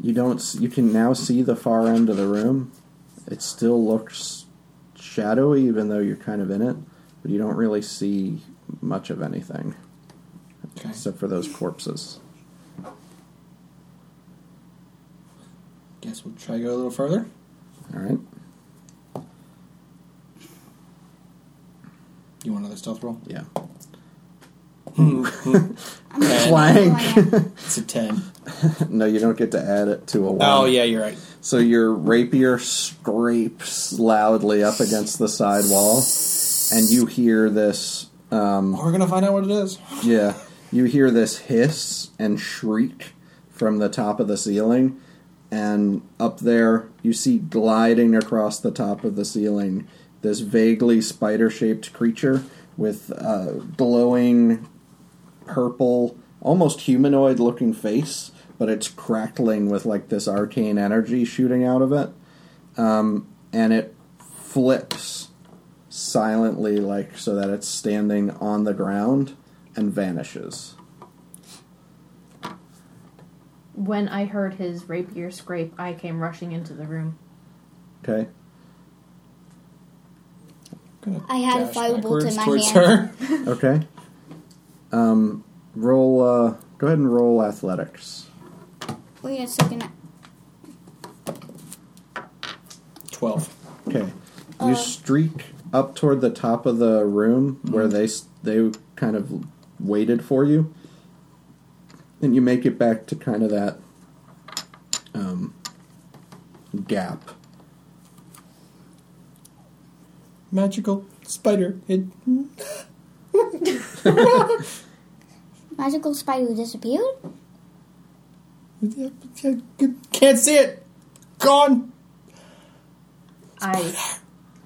S1: You don't. s- You can now see the far end of the room. It still looks shadowy, even though you're kind of in it, but you don't really see much of anything
S2: Okay.
S1: except for those corpses.
S2: Guess we'll try to go a little further.
S1: All right.
S2: You want another stealth roll?
S1: Yeah. Hmm.
S2: (laughs)
S1: (laughs)
S3: I'm gonna
S2: And-
S1: Blank.
S2: It's a ten.
S1: no, you don't get to add it to a one.
S2: Oh yeah, you're right.
S1: So your rapier scrapes loudly up against the side wall, and you hear this. Um,
S2: We're gonna find out what it is.
S1: Yeah. You hear this hiss and shriek from the top of the ceiling, and up there you see gliding across the top of the ceiling this vaguely spider shaped creature with uh, glowing purple, almost humanoid looking face, but it's crackling with like this arcane energy shooting out of it. Um, and it flips silently, like so that it's standing on the ground and vanishes.
S4: When I heard his rapier scrape, I came rushing into the room.
S1: Okay?
S2: Gonna
S3: I had a
S2: dash
S3: firebolt
S2: backwards
S3: in my
S2: towards
S3: hand.
S2: her. (laughs)
S1: Okay. Um, roll, uh, go ahead and roll athletics.
S3: Wait a second.
S2: Twelve.
S1: Okay. You streak up toward the top of the room where they s- they kind of waited for you, and you make it back to kind of that um, gap.
S2: Magical spider. It
S3: Magical spider disappeared?
S2: can't see it. Gone.
S4: I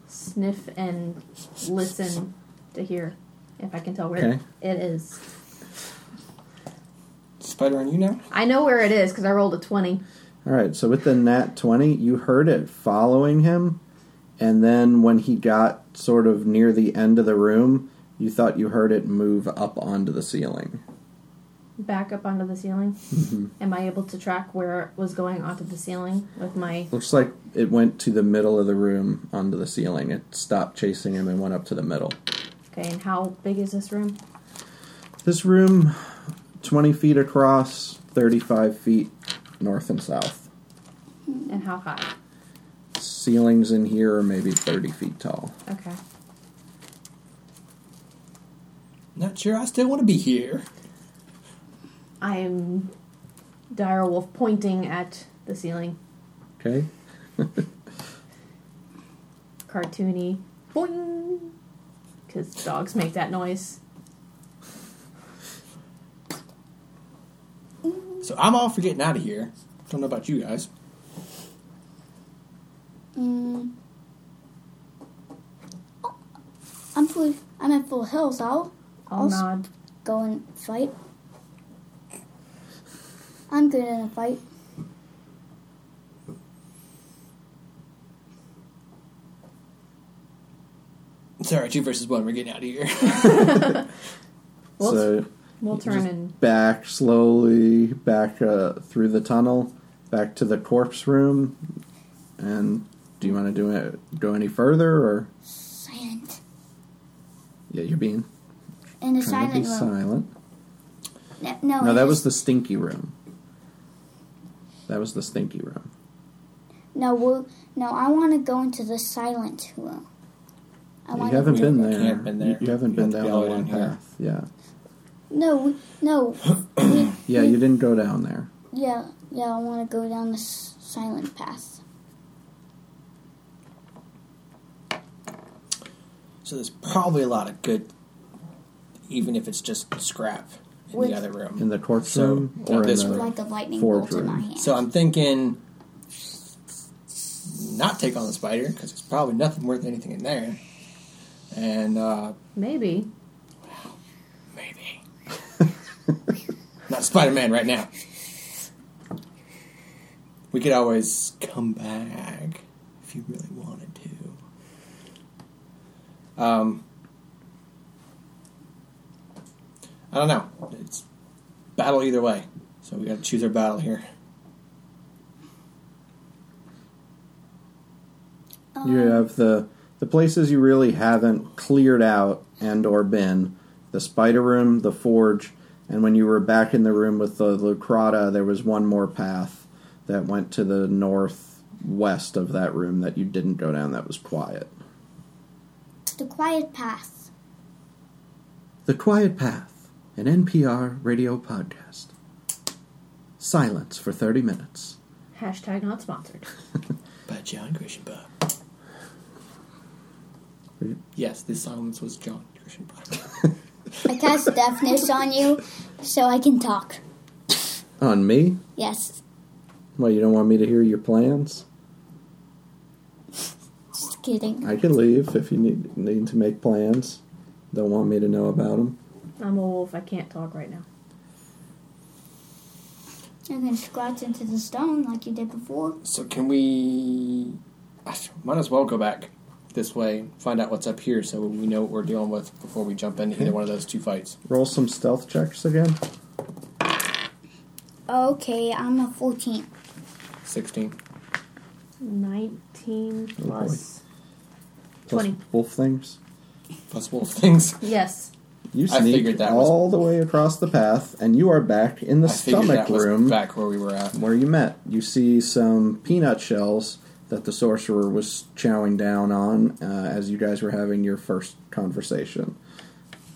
S4: sniff and listen to hear if I can tell where
S1: Okay.
S4: it is.
S2: Spider on you now.
S4: I know where it is because I rolled a 20.
S1: All right, so with the nat 20, you heard it following him, and then when he got sort of near the end of the room, you thought you heard it move up onto the ceiling.
S4: Back up onto the ceiling.
S1: Mm-hmm.
S4: Am I able to track where it was going onto the ceiling with my.
S1: Looks like it went to the middle of the room onto the ceiling. It stopped chasing him and went up to the middle.
S4: Okay, and how big is this room?
S1: This room, 20 feet across, 35 feet north and south.
S4: And how high?
S1: Ceilings in here are maybe 30 feet tall.
S4: Okay.
S2: Not sure. I still want to be here.
S4: I am Dire Wolf pointing at the ceiling.
S1: Okay?
S4: Cartoony. Boing! Because dogs make that noise.
S2: So I'm all for getting out of here. Don't know about you guys.
S3: Mm. Oh, I'm full. I'm at full health. I'll
S4: I'll
S3: I'll s-
S4: nod.
S3: go and fight. I'm good in a fight.
S2: It's all right. Two versus one. We're getting out of here. (laughs)
S4: Well,
S1: so
S4: We'll turn and
S1: back slowly back uh, through the tunnel back to the corpse room and do you want to do it go any further or
S3: Silent.
S1: yeah you're being
S3: In a
S1: trying to be
S3: silent Oh, room.
S1: silent
S3: No, no,
S1: no
S3: in
S1: that
S3: a-
S1: was the stinky room that was the stinky room
S3: No, we're, no. I want to go into the silent room. I
S1: you
S3: want
S1: haven't
S3: to.
S1: been
S2: You
S1: there.
S2: haven't been
S1: You,
S2: there.
S1: you haven't
S2: You
S1: been
S2: have to
S1: down
S2: be
S1: the
S2: all the way
S1: long
S2: down here.
S1: path yeah
S3: No, we- no. we,
S1: yeah you didn't go down there
S3: yeah, yeah. I want to go down the s- silent path.
S2: So there's probably a lot of good, even if it's just scrap in
S3: Which-
S2: the other room.
S1: in the corpse
S2: So,
S1: room
S2: not
S1: or in
S2: this
S1: the,
S2: room.
S3: Like a lightning
S1: Forge
S3: bolt in my
S1: room.
S3: hand.
S2: So I'm thinking not take on the spider because it's probably nothing worth anything in there. And uh,
S4: maybe.
S2: maybe (laughs) not Spider-Man right now. We could always come back if you really wanted to. Um, I don't know. It's battle either way, so we got to choose our battle here.
S1: You have the the places you really haven't cleared out and or been the spider room, the forge, and when you were back in the room with the Lucrata, there was one more path that went to the northwest of that room that you didn't go down. That was quiet.
S3: The quiet path.
S1: The Quiet Path, an NPR radio podcast. Silence for thirty minutes.
S4: Hashtag not sponsored.
S2: By John Grisham Yes, this silence was John Grisham
S3: I cast deafness on you so I can talk.
S1: On me?
S3: Yes.
S1: Well, you don't want me to hear your plans?
S3: Just kidding.
S1: I can leave if you need need to make plans. Don't want me to know about them.
S4: I'm a wolf. I can't talk right now.
S3: I'm gonna scratch into the stone like you did before.
S2: So can we? I sh- Might as well go back this way, find out what's up here, so we know what we're dealing with before we jump into either one of those two fights.
S1: Roll some stealth checks again.
S3: Okay, I'm a 14.
S2: Sixteen.
S4: 19 plus
S1: Plus
S4: 20.
S1: wolf things.
S2: Plus wolf (laughs) things.
S4: Yes.
S1: You
S2: I
S1: sneak
S2: figured that was-
S1: all the way across the path, and you are back in the
S2: I figured
S1: stomach
S2: that was
S1: room
S2: back where we were at.
S1: where you met. You see some peanut shells that the sorcerer was chowing down on uh, as you guys were having your first conversation.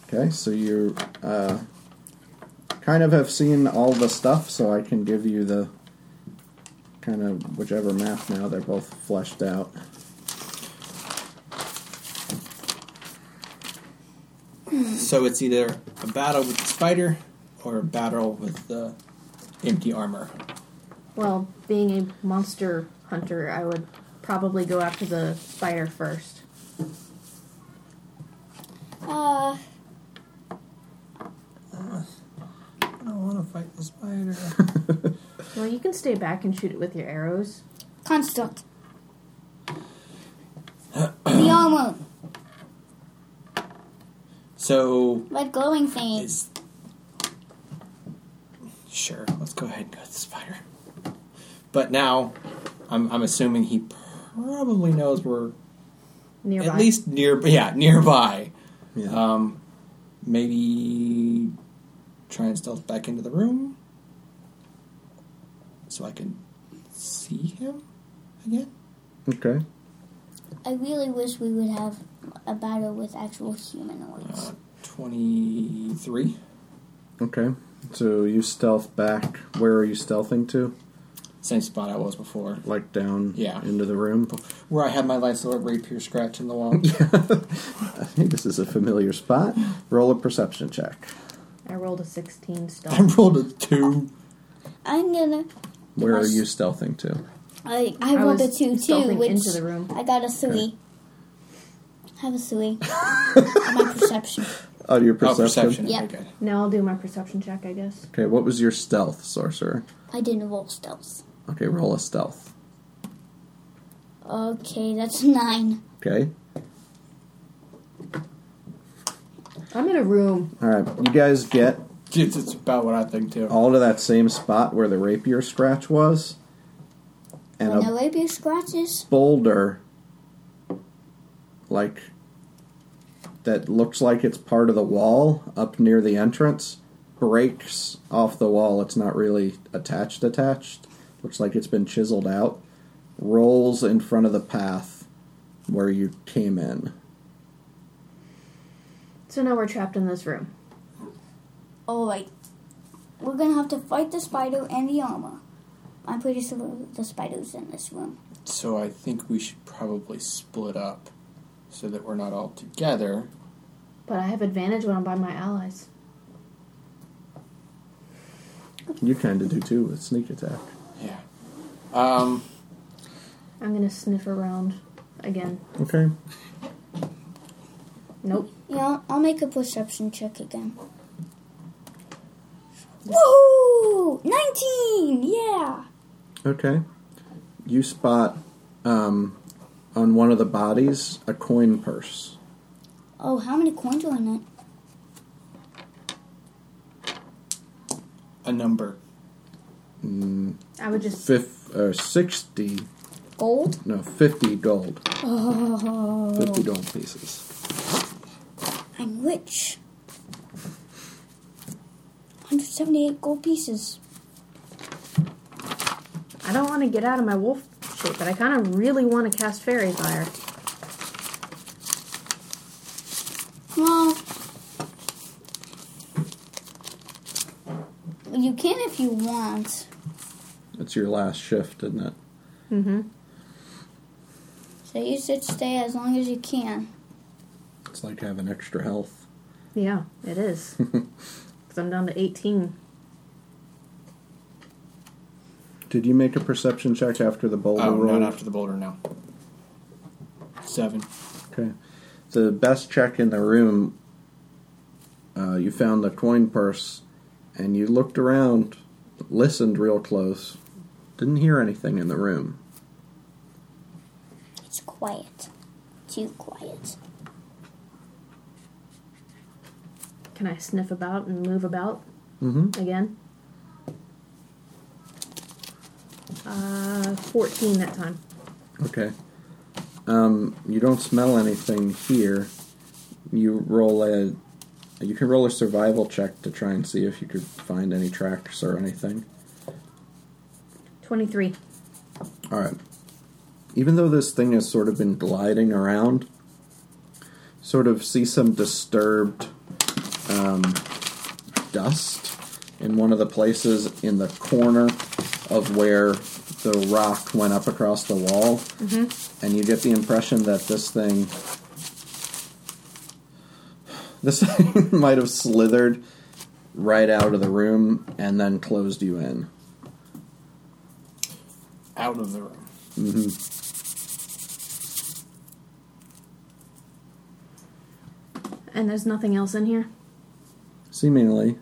S1: Okay, so you uh, kind of have seen all the stuff, so I can give you the kind of whichever map now. They're both fleshed out. (laughs)
S2: So it's either a battle with the spider or a battle with the empty armor.
S4: Well, being a monster hunter, I would probably go after the spider first.
S3: Uh,
S2: I don't want to fight the spider.
S4: Well, you can stay back and shoot it with your arrows.
S3: construct. the armor.
S2: so
S3: Red glowing thing.
S2: is sure. Let's go ahead and go with the spider. But now, I'm I'm assuming he probably knows we're
S4: Nearby.
S2: at least near. Yeah, nearby.
S1: Yeah.
S2: Um, maybe try and stealth back into the room so I can see him again.
S1: okay.
S3: I really wish we would have a battle with actual humanoids.
S2: Uh, Twenty-three.
S1: Okay. So you stealth back. Where are you stealthing to?
S2: Same spot I was before,
S1: Like down
S2: Yeah.
S1: into the (laughs) room?
S2: where I had my Lysol rapier scratch in the wall.
S1: I think this is a familiar spot. Roll a perception check.
S4: I rolled a 16
S2: I (laughs)
S4: stone.
S2: rolled a two.
S3: I'm gonna.
S1: Where are
S3: Must-
S1: you stealthing to?
S3: I, I rolled a 2 too,
S4: stealthing
S3: which.
S4: into the room.
S3: I got a 3. I have a 3. on my perception.
S1: Oh, your
S2: Oh,
S1: perception.
S2: perception.
S3: Yep.
S2: Okay, good.
S4: Now I'll do my perception check, I guess.
S1: Okay, what was your stealth, sorcerer?
S3: I didn't roll stealth.
S1: Okay, roll a stealth.
S3: Okay, that's 9.
S1: Okay.
S4: I'm in a room.
S1: All right, you guys get
S2: It's, it's about what I think too.
S1: all to that same spot where the rapier scratch was, and
S3: When the
S1: a
S3: rapier scratches,
S1: boulder, like that looks like it's part of the wall up near the entrance, breaks off the wall. It's not really attached. Attached. Looks like it's been chiseled out. Rolls in front of the path where you came in.
S4: So now we're trapped in this room.
S3: alright. We're gonna have to fight the spider and the armor. I'm pretty sure the spider's in this room.
S2: So I think we should probably split up so that we're not all together.
S4: But I have advantage when I'm by my allies.
S1: You kind of do too with sneak attack.
S2: Yeah. Um,
S4: I'm gonna sniff around again.
S1: Okay.
S4: Nope.
S3: Yeah, I'll, I'll make a perception check again. Woohoo! 19! Yeah!
S1: Okay. You spot um, on one of the bodies a coin purse.
S3: Oh, how many coins are in it?
S2: a number.
S4: I would just
S1: Fifth or uh, sixty
S3: Gold?
S1: No, 50 gold.
S3: Oh,
S1: 50 gold pieces.
S3: I'm rich. 178 gold pieces.
S4: I don't want to get out of my wolf shape, but I kind of really want to cast Fairy Fire.
S3: Well, you can if you want.
S1: It's your last shift, isn't it?
S4: Mm-hmm.
S3: So you should stay as long as you can.
S1: It's like having extra health.
S4: Yeah, it (laughs) is. Because I'm down to 18.
S1: Did you make a perception check after the boulder
S2: Oh,
S1: roll?
S2: not after the boulder now. Seven.
S1: Okay. The best check in the room, uh, you found the coin purse and you looked around, listened real close, didn't hear anything in the room.
S3: It's quiet. Too quiet.
S4: Can I sniff about and move about
S1: Mm-hmm.
S4: again? Uh, 14 that time.
S1: Okay. Um, you don't smell anything here. You roll a. You can roll a survival check to try and see if you could find any tracks or anything.
S4: 23.
S1: All right. Even though this thing has sort of been gliding around, sort of see some disturbed um, dust in one of the places in the corner of where the rock went up across the wall. And you get the impression that this thing. This (laughs) thing might have slithered right out of the room and then closed you in.
S2: Out of the room.
S4: And there's nothing else in here?
S1: Seemingly,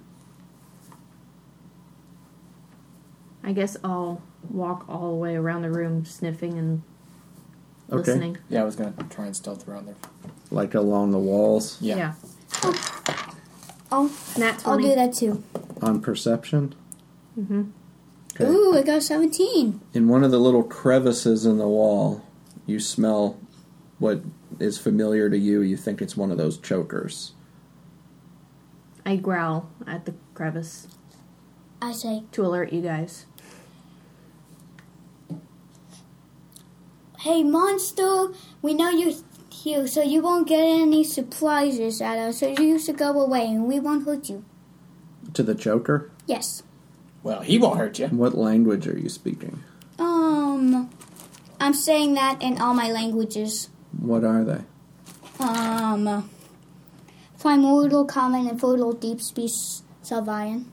S4: I guess I'll walk all the way around the room sniffing and
S1: Okay.
S4: listening.
S2: Yeah, I was gonna try and stealth around there.
S1: like along the walls.
S2: Yeah.
S3: (sighs) I'll,
S4: Nat 20.
S3: Oh, I'll do that too.
S1: on perception.
S4: Mhm.
S1: Okay.
S3: Ooh, I got 17.
S1: In one of the little crevices in the wall, you smell what is familiar to you. You think it's one of those chokers.
S4: I growl at the crevice
S3: I say,
S4: to alert you guys.
S3: hey, monster, we know you're here, so you won't get any surprises at us, so you should go away and we won't hurt you.
S1: To the choker?
S3: Yes.
S2: Well, he won't hurt you.
S1: What language are you speaking?
S3: Um, I'm saying that in all my languages.
S1: What are they?
S3: Um, primordial, common, and fertile, deep space, Sylvian.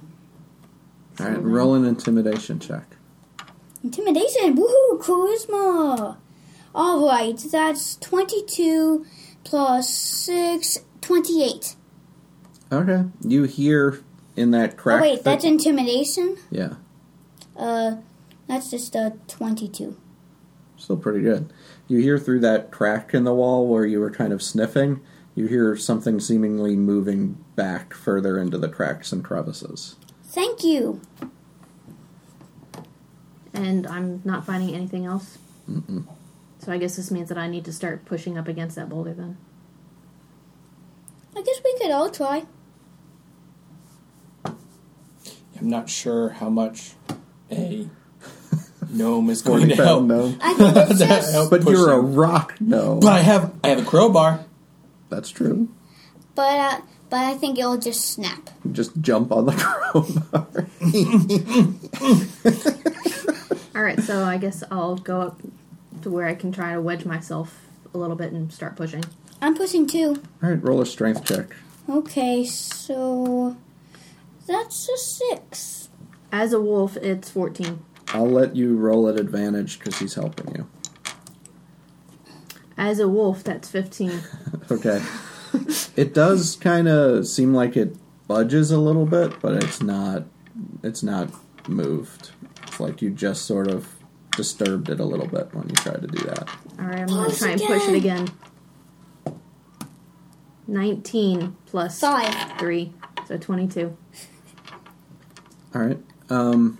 S1: All right, roll an intimidation check.
S3: Intimidation, woohoo, charisma. All right, that's 22 plus 6, 28.
S1: Okay, you hear in that crack.
S3: Oh, wait,
S1: that-
S3: that's intimidation?
S1: yeah,
S3: Uh, that's just a 22.
S1: still pretty good. You hear through that crack in the wall where you were kind of sniffing. You hear something seemingly moving back further into the cracks and crevices.
S3: Thank you.
S4: And I'm not finding anything else. So I guess this means that I need to start pushing up against that boulder then.
S3: I guess we could all try.
S2: I'm not sure how much a gnome is going to
S1: Forty
S2: help.
S1: pound gnome. (laughs)
S3: I think
S2: (laughs)
S3: it's
S2: That
S3: just.
S2: helped.
S1: But
S2: Push
S1: you're a
S2: him.
S1: rock no.
S2: But I have I have a crowbar.
S1: That's true.
S3: But, uh, but I think it'll just snap.
S1: You just jump on the (laughs) crowbar.
S4: All right, so I guess I'll go up to where I can try to wedge myself a little bit and start pushing.
S3: I'm pushing two.
S1: All right, roll a strength check.
S3: Okay, so. That's a six.
S4: As a wolf, it's 14.
S1: I'll let you roll at advantage because he's helping you.
S4: As a wolf, that's 15.
S1: Okay. it does kind of seem like it budges a little bit, but it's not. It's not moved. It's like you just sort of disturbed it a little bit when you try to do that.
S4: All right, I'm going to
S3: Push
S4: try and push it
S3: again.
S4: again. 19 plus
S3: Five.
S4: 3, so 22.
S1: All right. Um,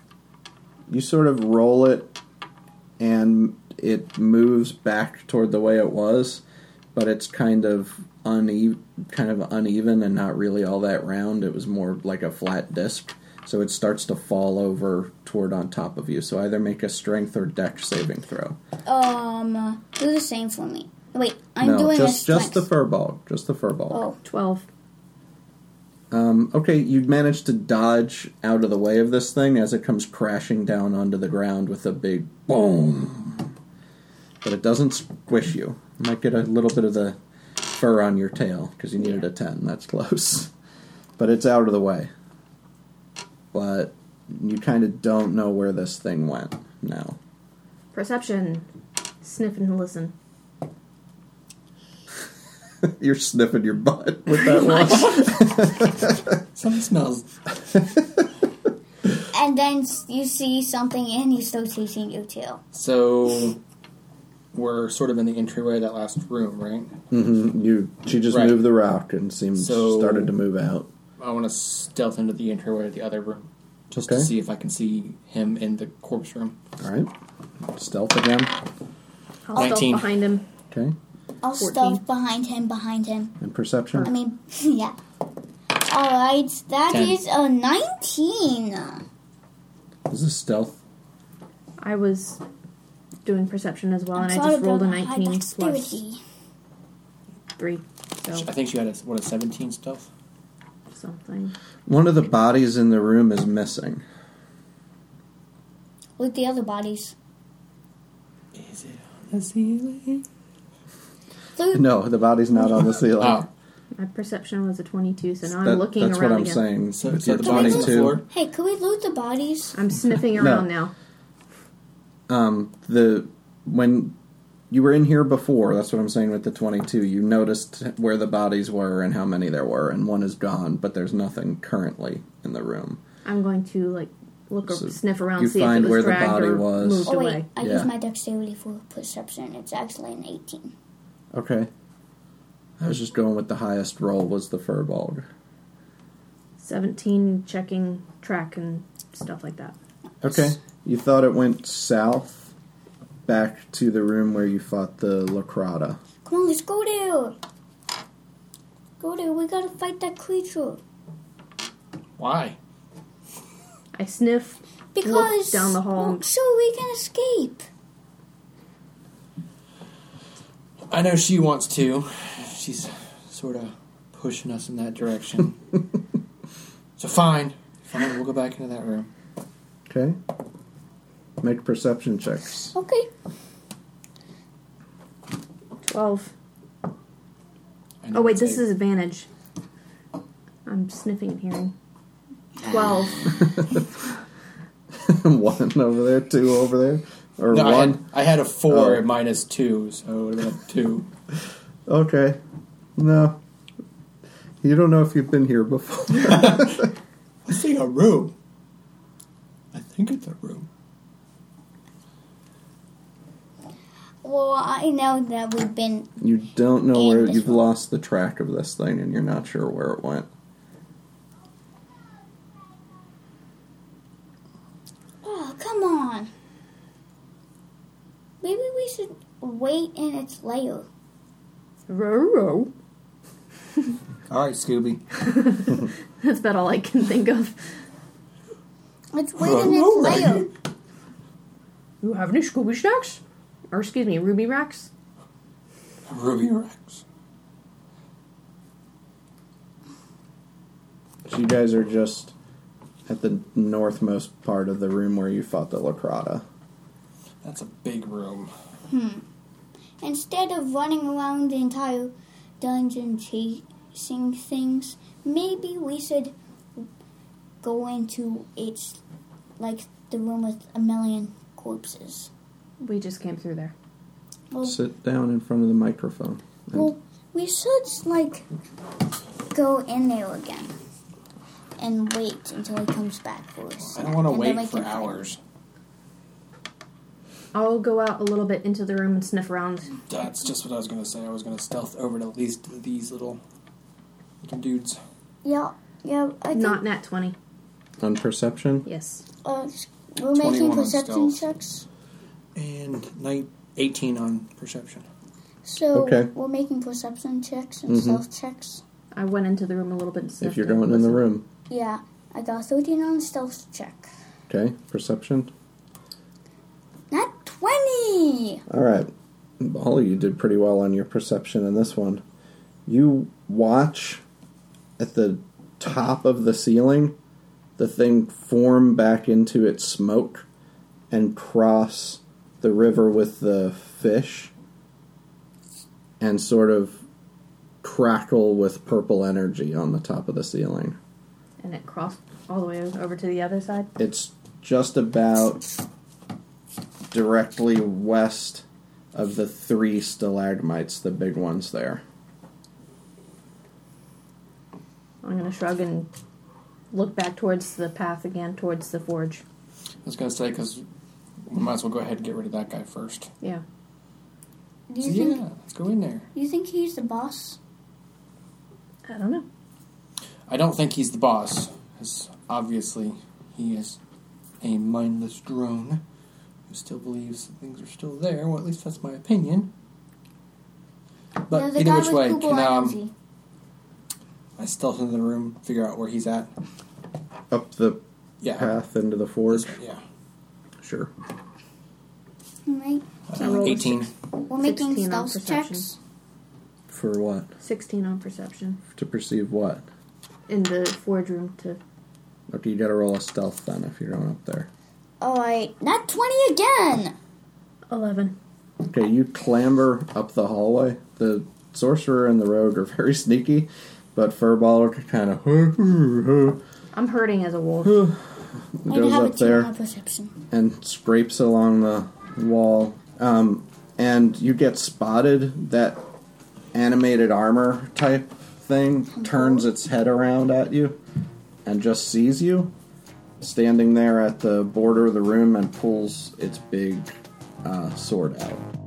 S1: you sort of roll it, and it moves back toward the way it was, but it's kind of uneven, kind of uneven, and not really all that round. It was more like a flat disc, so it starts to fall over toward on top of you. So either make a strength or dex saving throw.
S3: Um, uh, do the same for me. Wait, I'm
S1: no,
S3: doing
S1: just
S3: a
S1: just the
S3: strength.
S1: furball, just the furball.
S3: Oh,
S4: 12.
S1: Um, okay, you manage to dodge out of the way of this thing as it comes crashing down onto the ground with a big boom. But it doesn't squish you. You might get a little bit of the fur on your tail because you needed a 10. That's (laughs) close. But it's out of the way. But you kind of don't know where this thing went now. (laughs)
S4: Perception. Sniff and listen.
S1: You're sniffing your butt with
S2: (laughs)
S1: that one.
S2: Something smells.
S3: and then s- you see something and he's still chasing you too.
S2: So we're sort of in the entryway of that last room, right?
S1: hmm You, she just
S2: Right.
S1: moved the rock and seemed
S2: So-
S1: started to move out.
S2: I want to stealth into the entryway of the other room just
S1: Okay.
S2: to see if I can see him in the corpse room.
S1: All right, stealth again.
S4: I'll
S2: Nineteen.
S4: stealth behind him.
S1: Okay.
S3: I'll
S4: 14.
S3: stuff behind him, behind him.
S1: And
S3: I
S1: perception?
S3: mean, (laughs) yeah. All right, that
S2: Ten.
S3: is a nineteen.
S1: Is this stealth?
S4: I was doing perception as well, and I just rolled a 19 plus 3. So,
S2: I think you had a what a seventeen stealth.
S4: something.
S1: One of the bodies in the room is missing.
S3: With the other bodies.
S2: Is it on the ceiling?
S3: So
S1: No, the body's not on the ceiling.
S2: (laughs) Oh,
S4: My perception was a 22, so now
S1: That-
S4: I'm looking
S1: that's
S4: around
S1: what I'm
S4: again.
S1: saying.
S2: so,
S1: With
S2: so
S1: your
S2: the body's on the
S1: 22,
S2: floor.
S3: hey, could we loot the bodies?
S4: I'm sniffing
S1: No.
S4: around now.
S1: Um, the when you were in here before, that's what I'm saying. With the 22, you noticed where the bodies were and how many there were, and one is gone, but there's nothing currently in the room.
S4: I'm going to like look or
S1: So
S4: sniff around,
S1: you
S4: see if
S1: find
S4: it was
S1: where the
S4: dragged
S1: body
S4: or
S1: was.
S4: moved
S3: Oh wait,
S4: away.
S3: I
S1: Yeah.
S3: used my dexterity for perception. It's actually an eighteen.
S1: Okay. I was just going with the highest roll was the furball.
S4: 17 checking track and stuff like that.
S1: Okay. You thought it went south, back to the room where you fought the Lacrata.
S3: Come on, let's go there. Go there. We gotta fight that creature
S2: Why?
S4: I sniff.
S3: because
S4: down the hall.
S3: so we can escape.
S2: I know she wants to. She's sort of pushing us in
S1: (laughs)
S2: that direction. so fine, fine. We'll go back into that room.
S1: Okay. Make perception checks. (laughs)
S3: Okay.
S4: 12.
S2: I know
S4: Oh, wait,
S2: it's
S4: this
S2: eight.
S4: is advantage. I'm sniffing and hearing. 12.
S1: one over there, two over there, or
S2: No, I had,
S1: one.
S2: I had a four
S1: Oh.
S2: minus two, so it would have been a two.
S1: Okay. No. You don't know if you've been here before. (laughs)
S2: I see a room. I think it's a room.
S3: Well, I know that we've been
S1: you don't know where
S3: And this
S1: you've
S3: one.
S1: lost the track of this thing, and you're not sure where it went.
S3: Oh, come on. Maybe we should wait in its lair.
S4: Row.
S2: All right, Scooby.
S4: That's about all I can think of.
S3: Let's wait in its lair.
S4: You have any Scooby Snacks? Or, excuse me, Ruby Racks?
S2: Ruby Rex.
S1: So you guys are just at the northmost part of the room where you fought the Lacrata.
S2: That's a big room.
S3: Instead of running around the entire dungeon chasing things, maybe we should go into its, like, the room with a million corpses.
S4: We just came through there.
S3: Well,
S1: Sit down in front of the microphone. And
S3: well we should, like, go in there again. And wait until he comes back for us.
S2: I don't want to
S3: And then we
S2: wait for
S3: can fight.
S2: hours.
S4: I'll go out a little bit into the room and sniff around.
S2: That's just what I was gonna say. I was gonna stealth over to at least these little little dudes.
S3: Yeah, yeah, I think
S4: Not nat 20.
S1: on perception?
S4: Yes.
S3: Uh, we're
S2: 21
S3: making
S2: on
S3: perception
S2: stealth.
S3: checks.
S2: And night 18 on perception.
S3: So
S1: Okay.
S3: we're making perception checks and
S1: Mhm.
S3: stealth checks.
S4: I went into the room a little bit. and
S1: If
S4: sniffed
S1: you're
S4: it.
S1: going in the room,
S3: Yeah, I got 13 on stealth check.
S1: okay. Perception.
S3: Not 20!
S1: All right, Holly, you did pretty well on your perception in this one. You watch at the top of the ceiling the thing form back into its smoke and cross the river with the fish and sort of crackle with purple energy on the top of the ceiling.
S4: and it crossed all the way over to the other side.
S1: It's just about directly west of the three stalagmites, the big ones there.
S4: I'm gonna shrug and look back towards the path again, towards the forge.
S2: I was going to say, because we might as well go ahead and get rid of that guy first.
S4: Yeah.
S3: Do you
S2: So,
S3: think
S2: yeah, let's go in there.
S3: you think he's the boss?
S4: I don't know.
S2: I don't think he's the boss, 'cause obviously he is a mindless drone who still believes that things are still there. Well, at least that's my opinion.
S3: no,
S2: But
S3: the
S2: either
S3: guy
S2: which
S3: with
S2: way,
S3: Google
S2: can um,
S3: energy.
S2: I stealth into the room, figure out where he's at?
S1: Up the
S2: Yeah.
S1: path into the forge?
S2: Yeah.
S1: Sure.
S3: Right.
S4: I rolled a
S2: 18.
S3: We're making
S4: 16 on
S3: stealth
S4: perception.
S3: checks.
S1: For what?
S4: 16 on perception
S1: To perceive what?
S4: in the forge room to.
S1: Okay, you gotta roll a stealth then if you're going up there.
S3: Alright, not 20 again!
S4: 11.
S1: Okay, you clamber up the hallway. The sorcerer and the rogue are (laughs) very sneaky, but Furballer kind of
S4: I'm hurting as a wolf.
S3: I
S1: goes
S3: have
S1: up
S3: a 10
S1: there.
S3: on perception.
S1: and scrapes along the wall. Um, and you get spotted. That animated armor type thing turns its head around at you and just sees you standing there at the border of the room and pulls its big uh, sword out.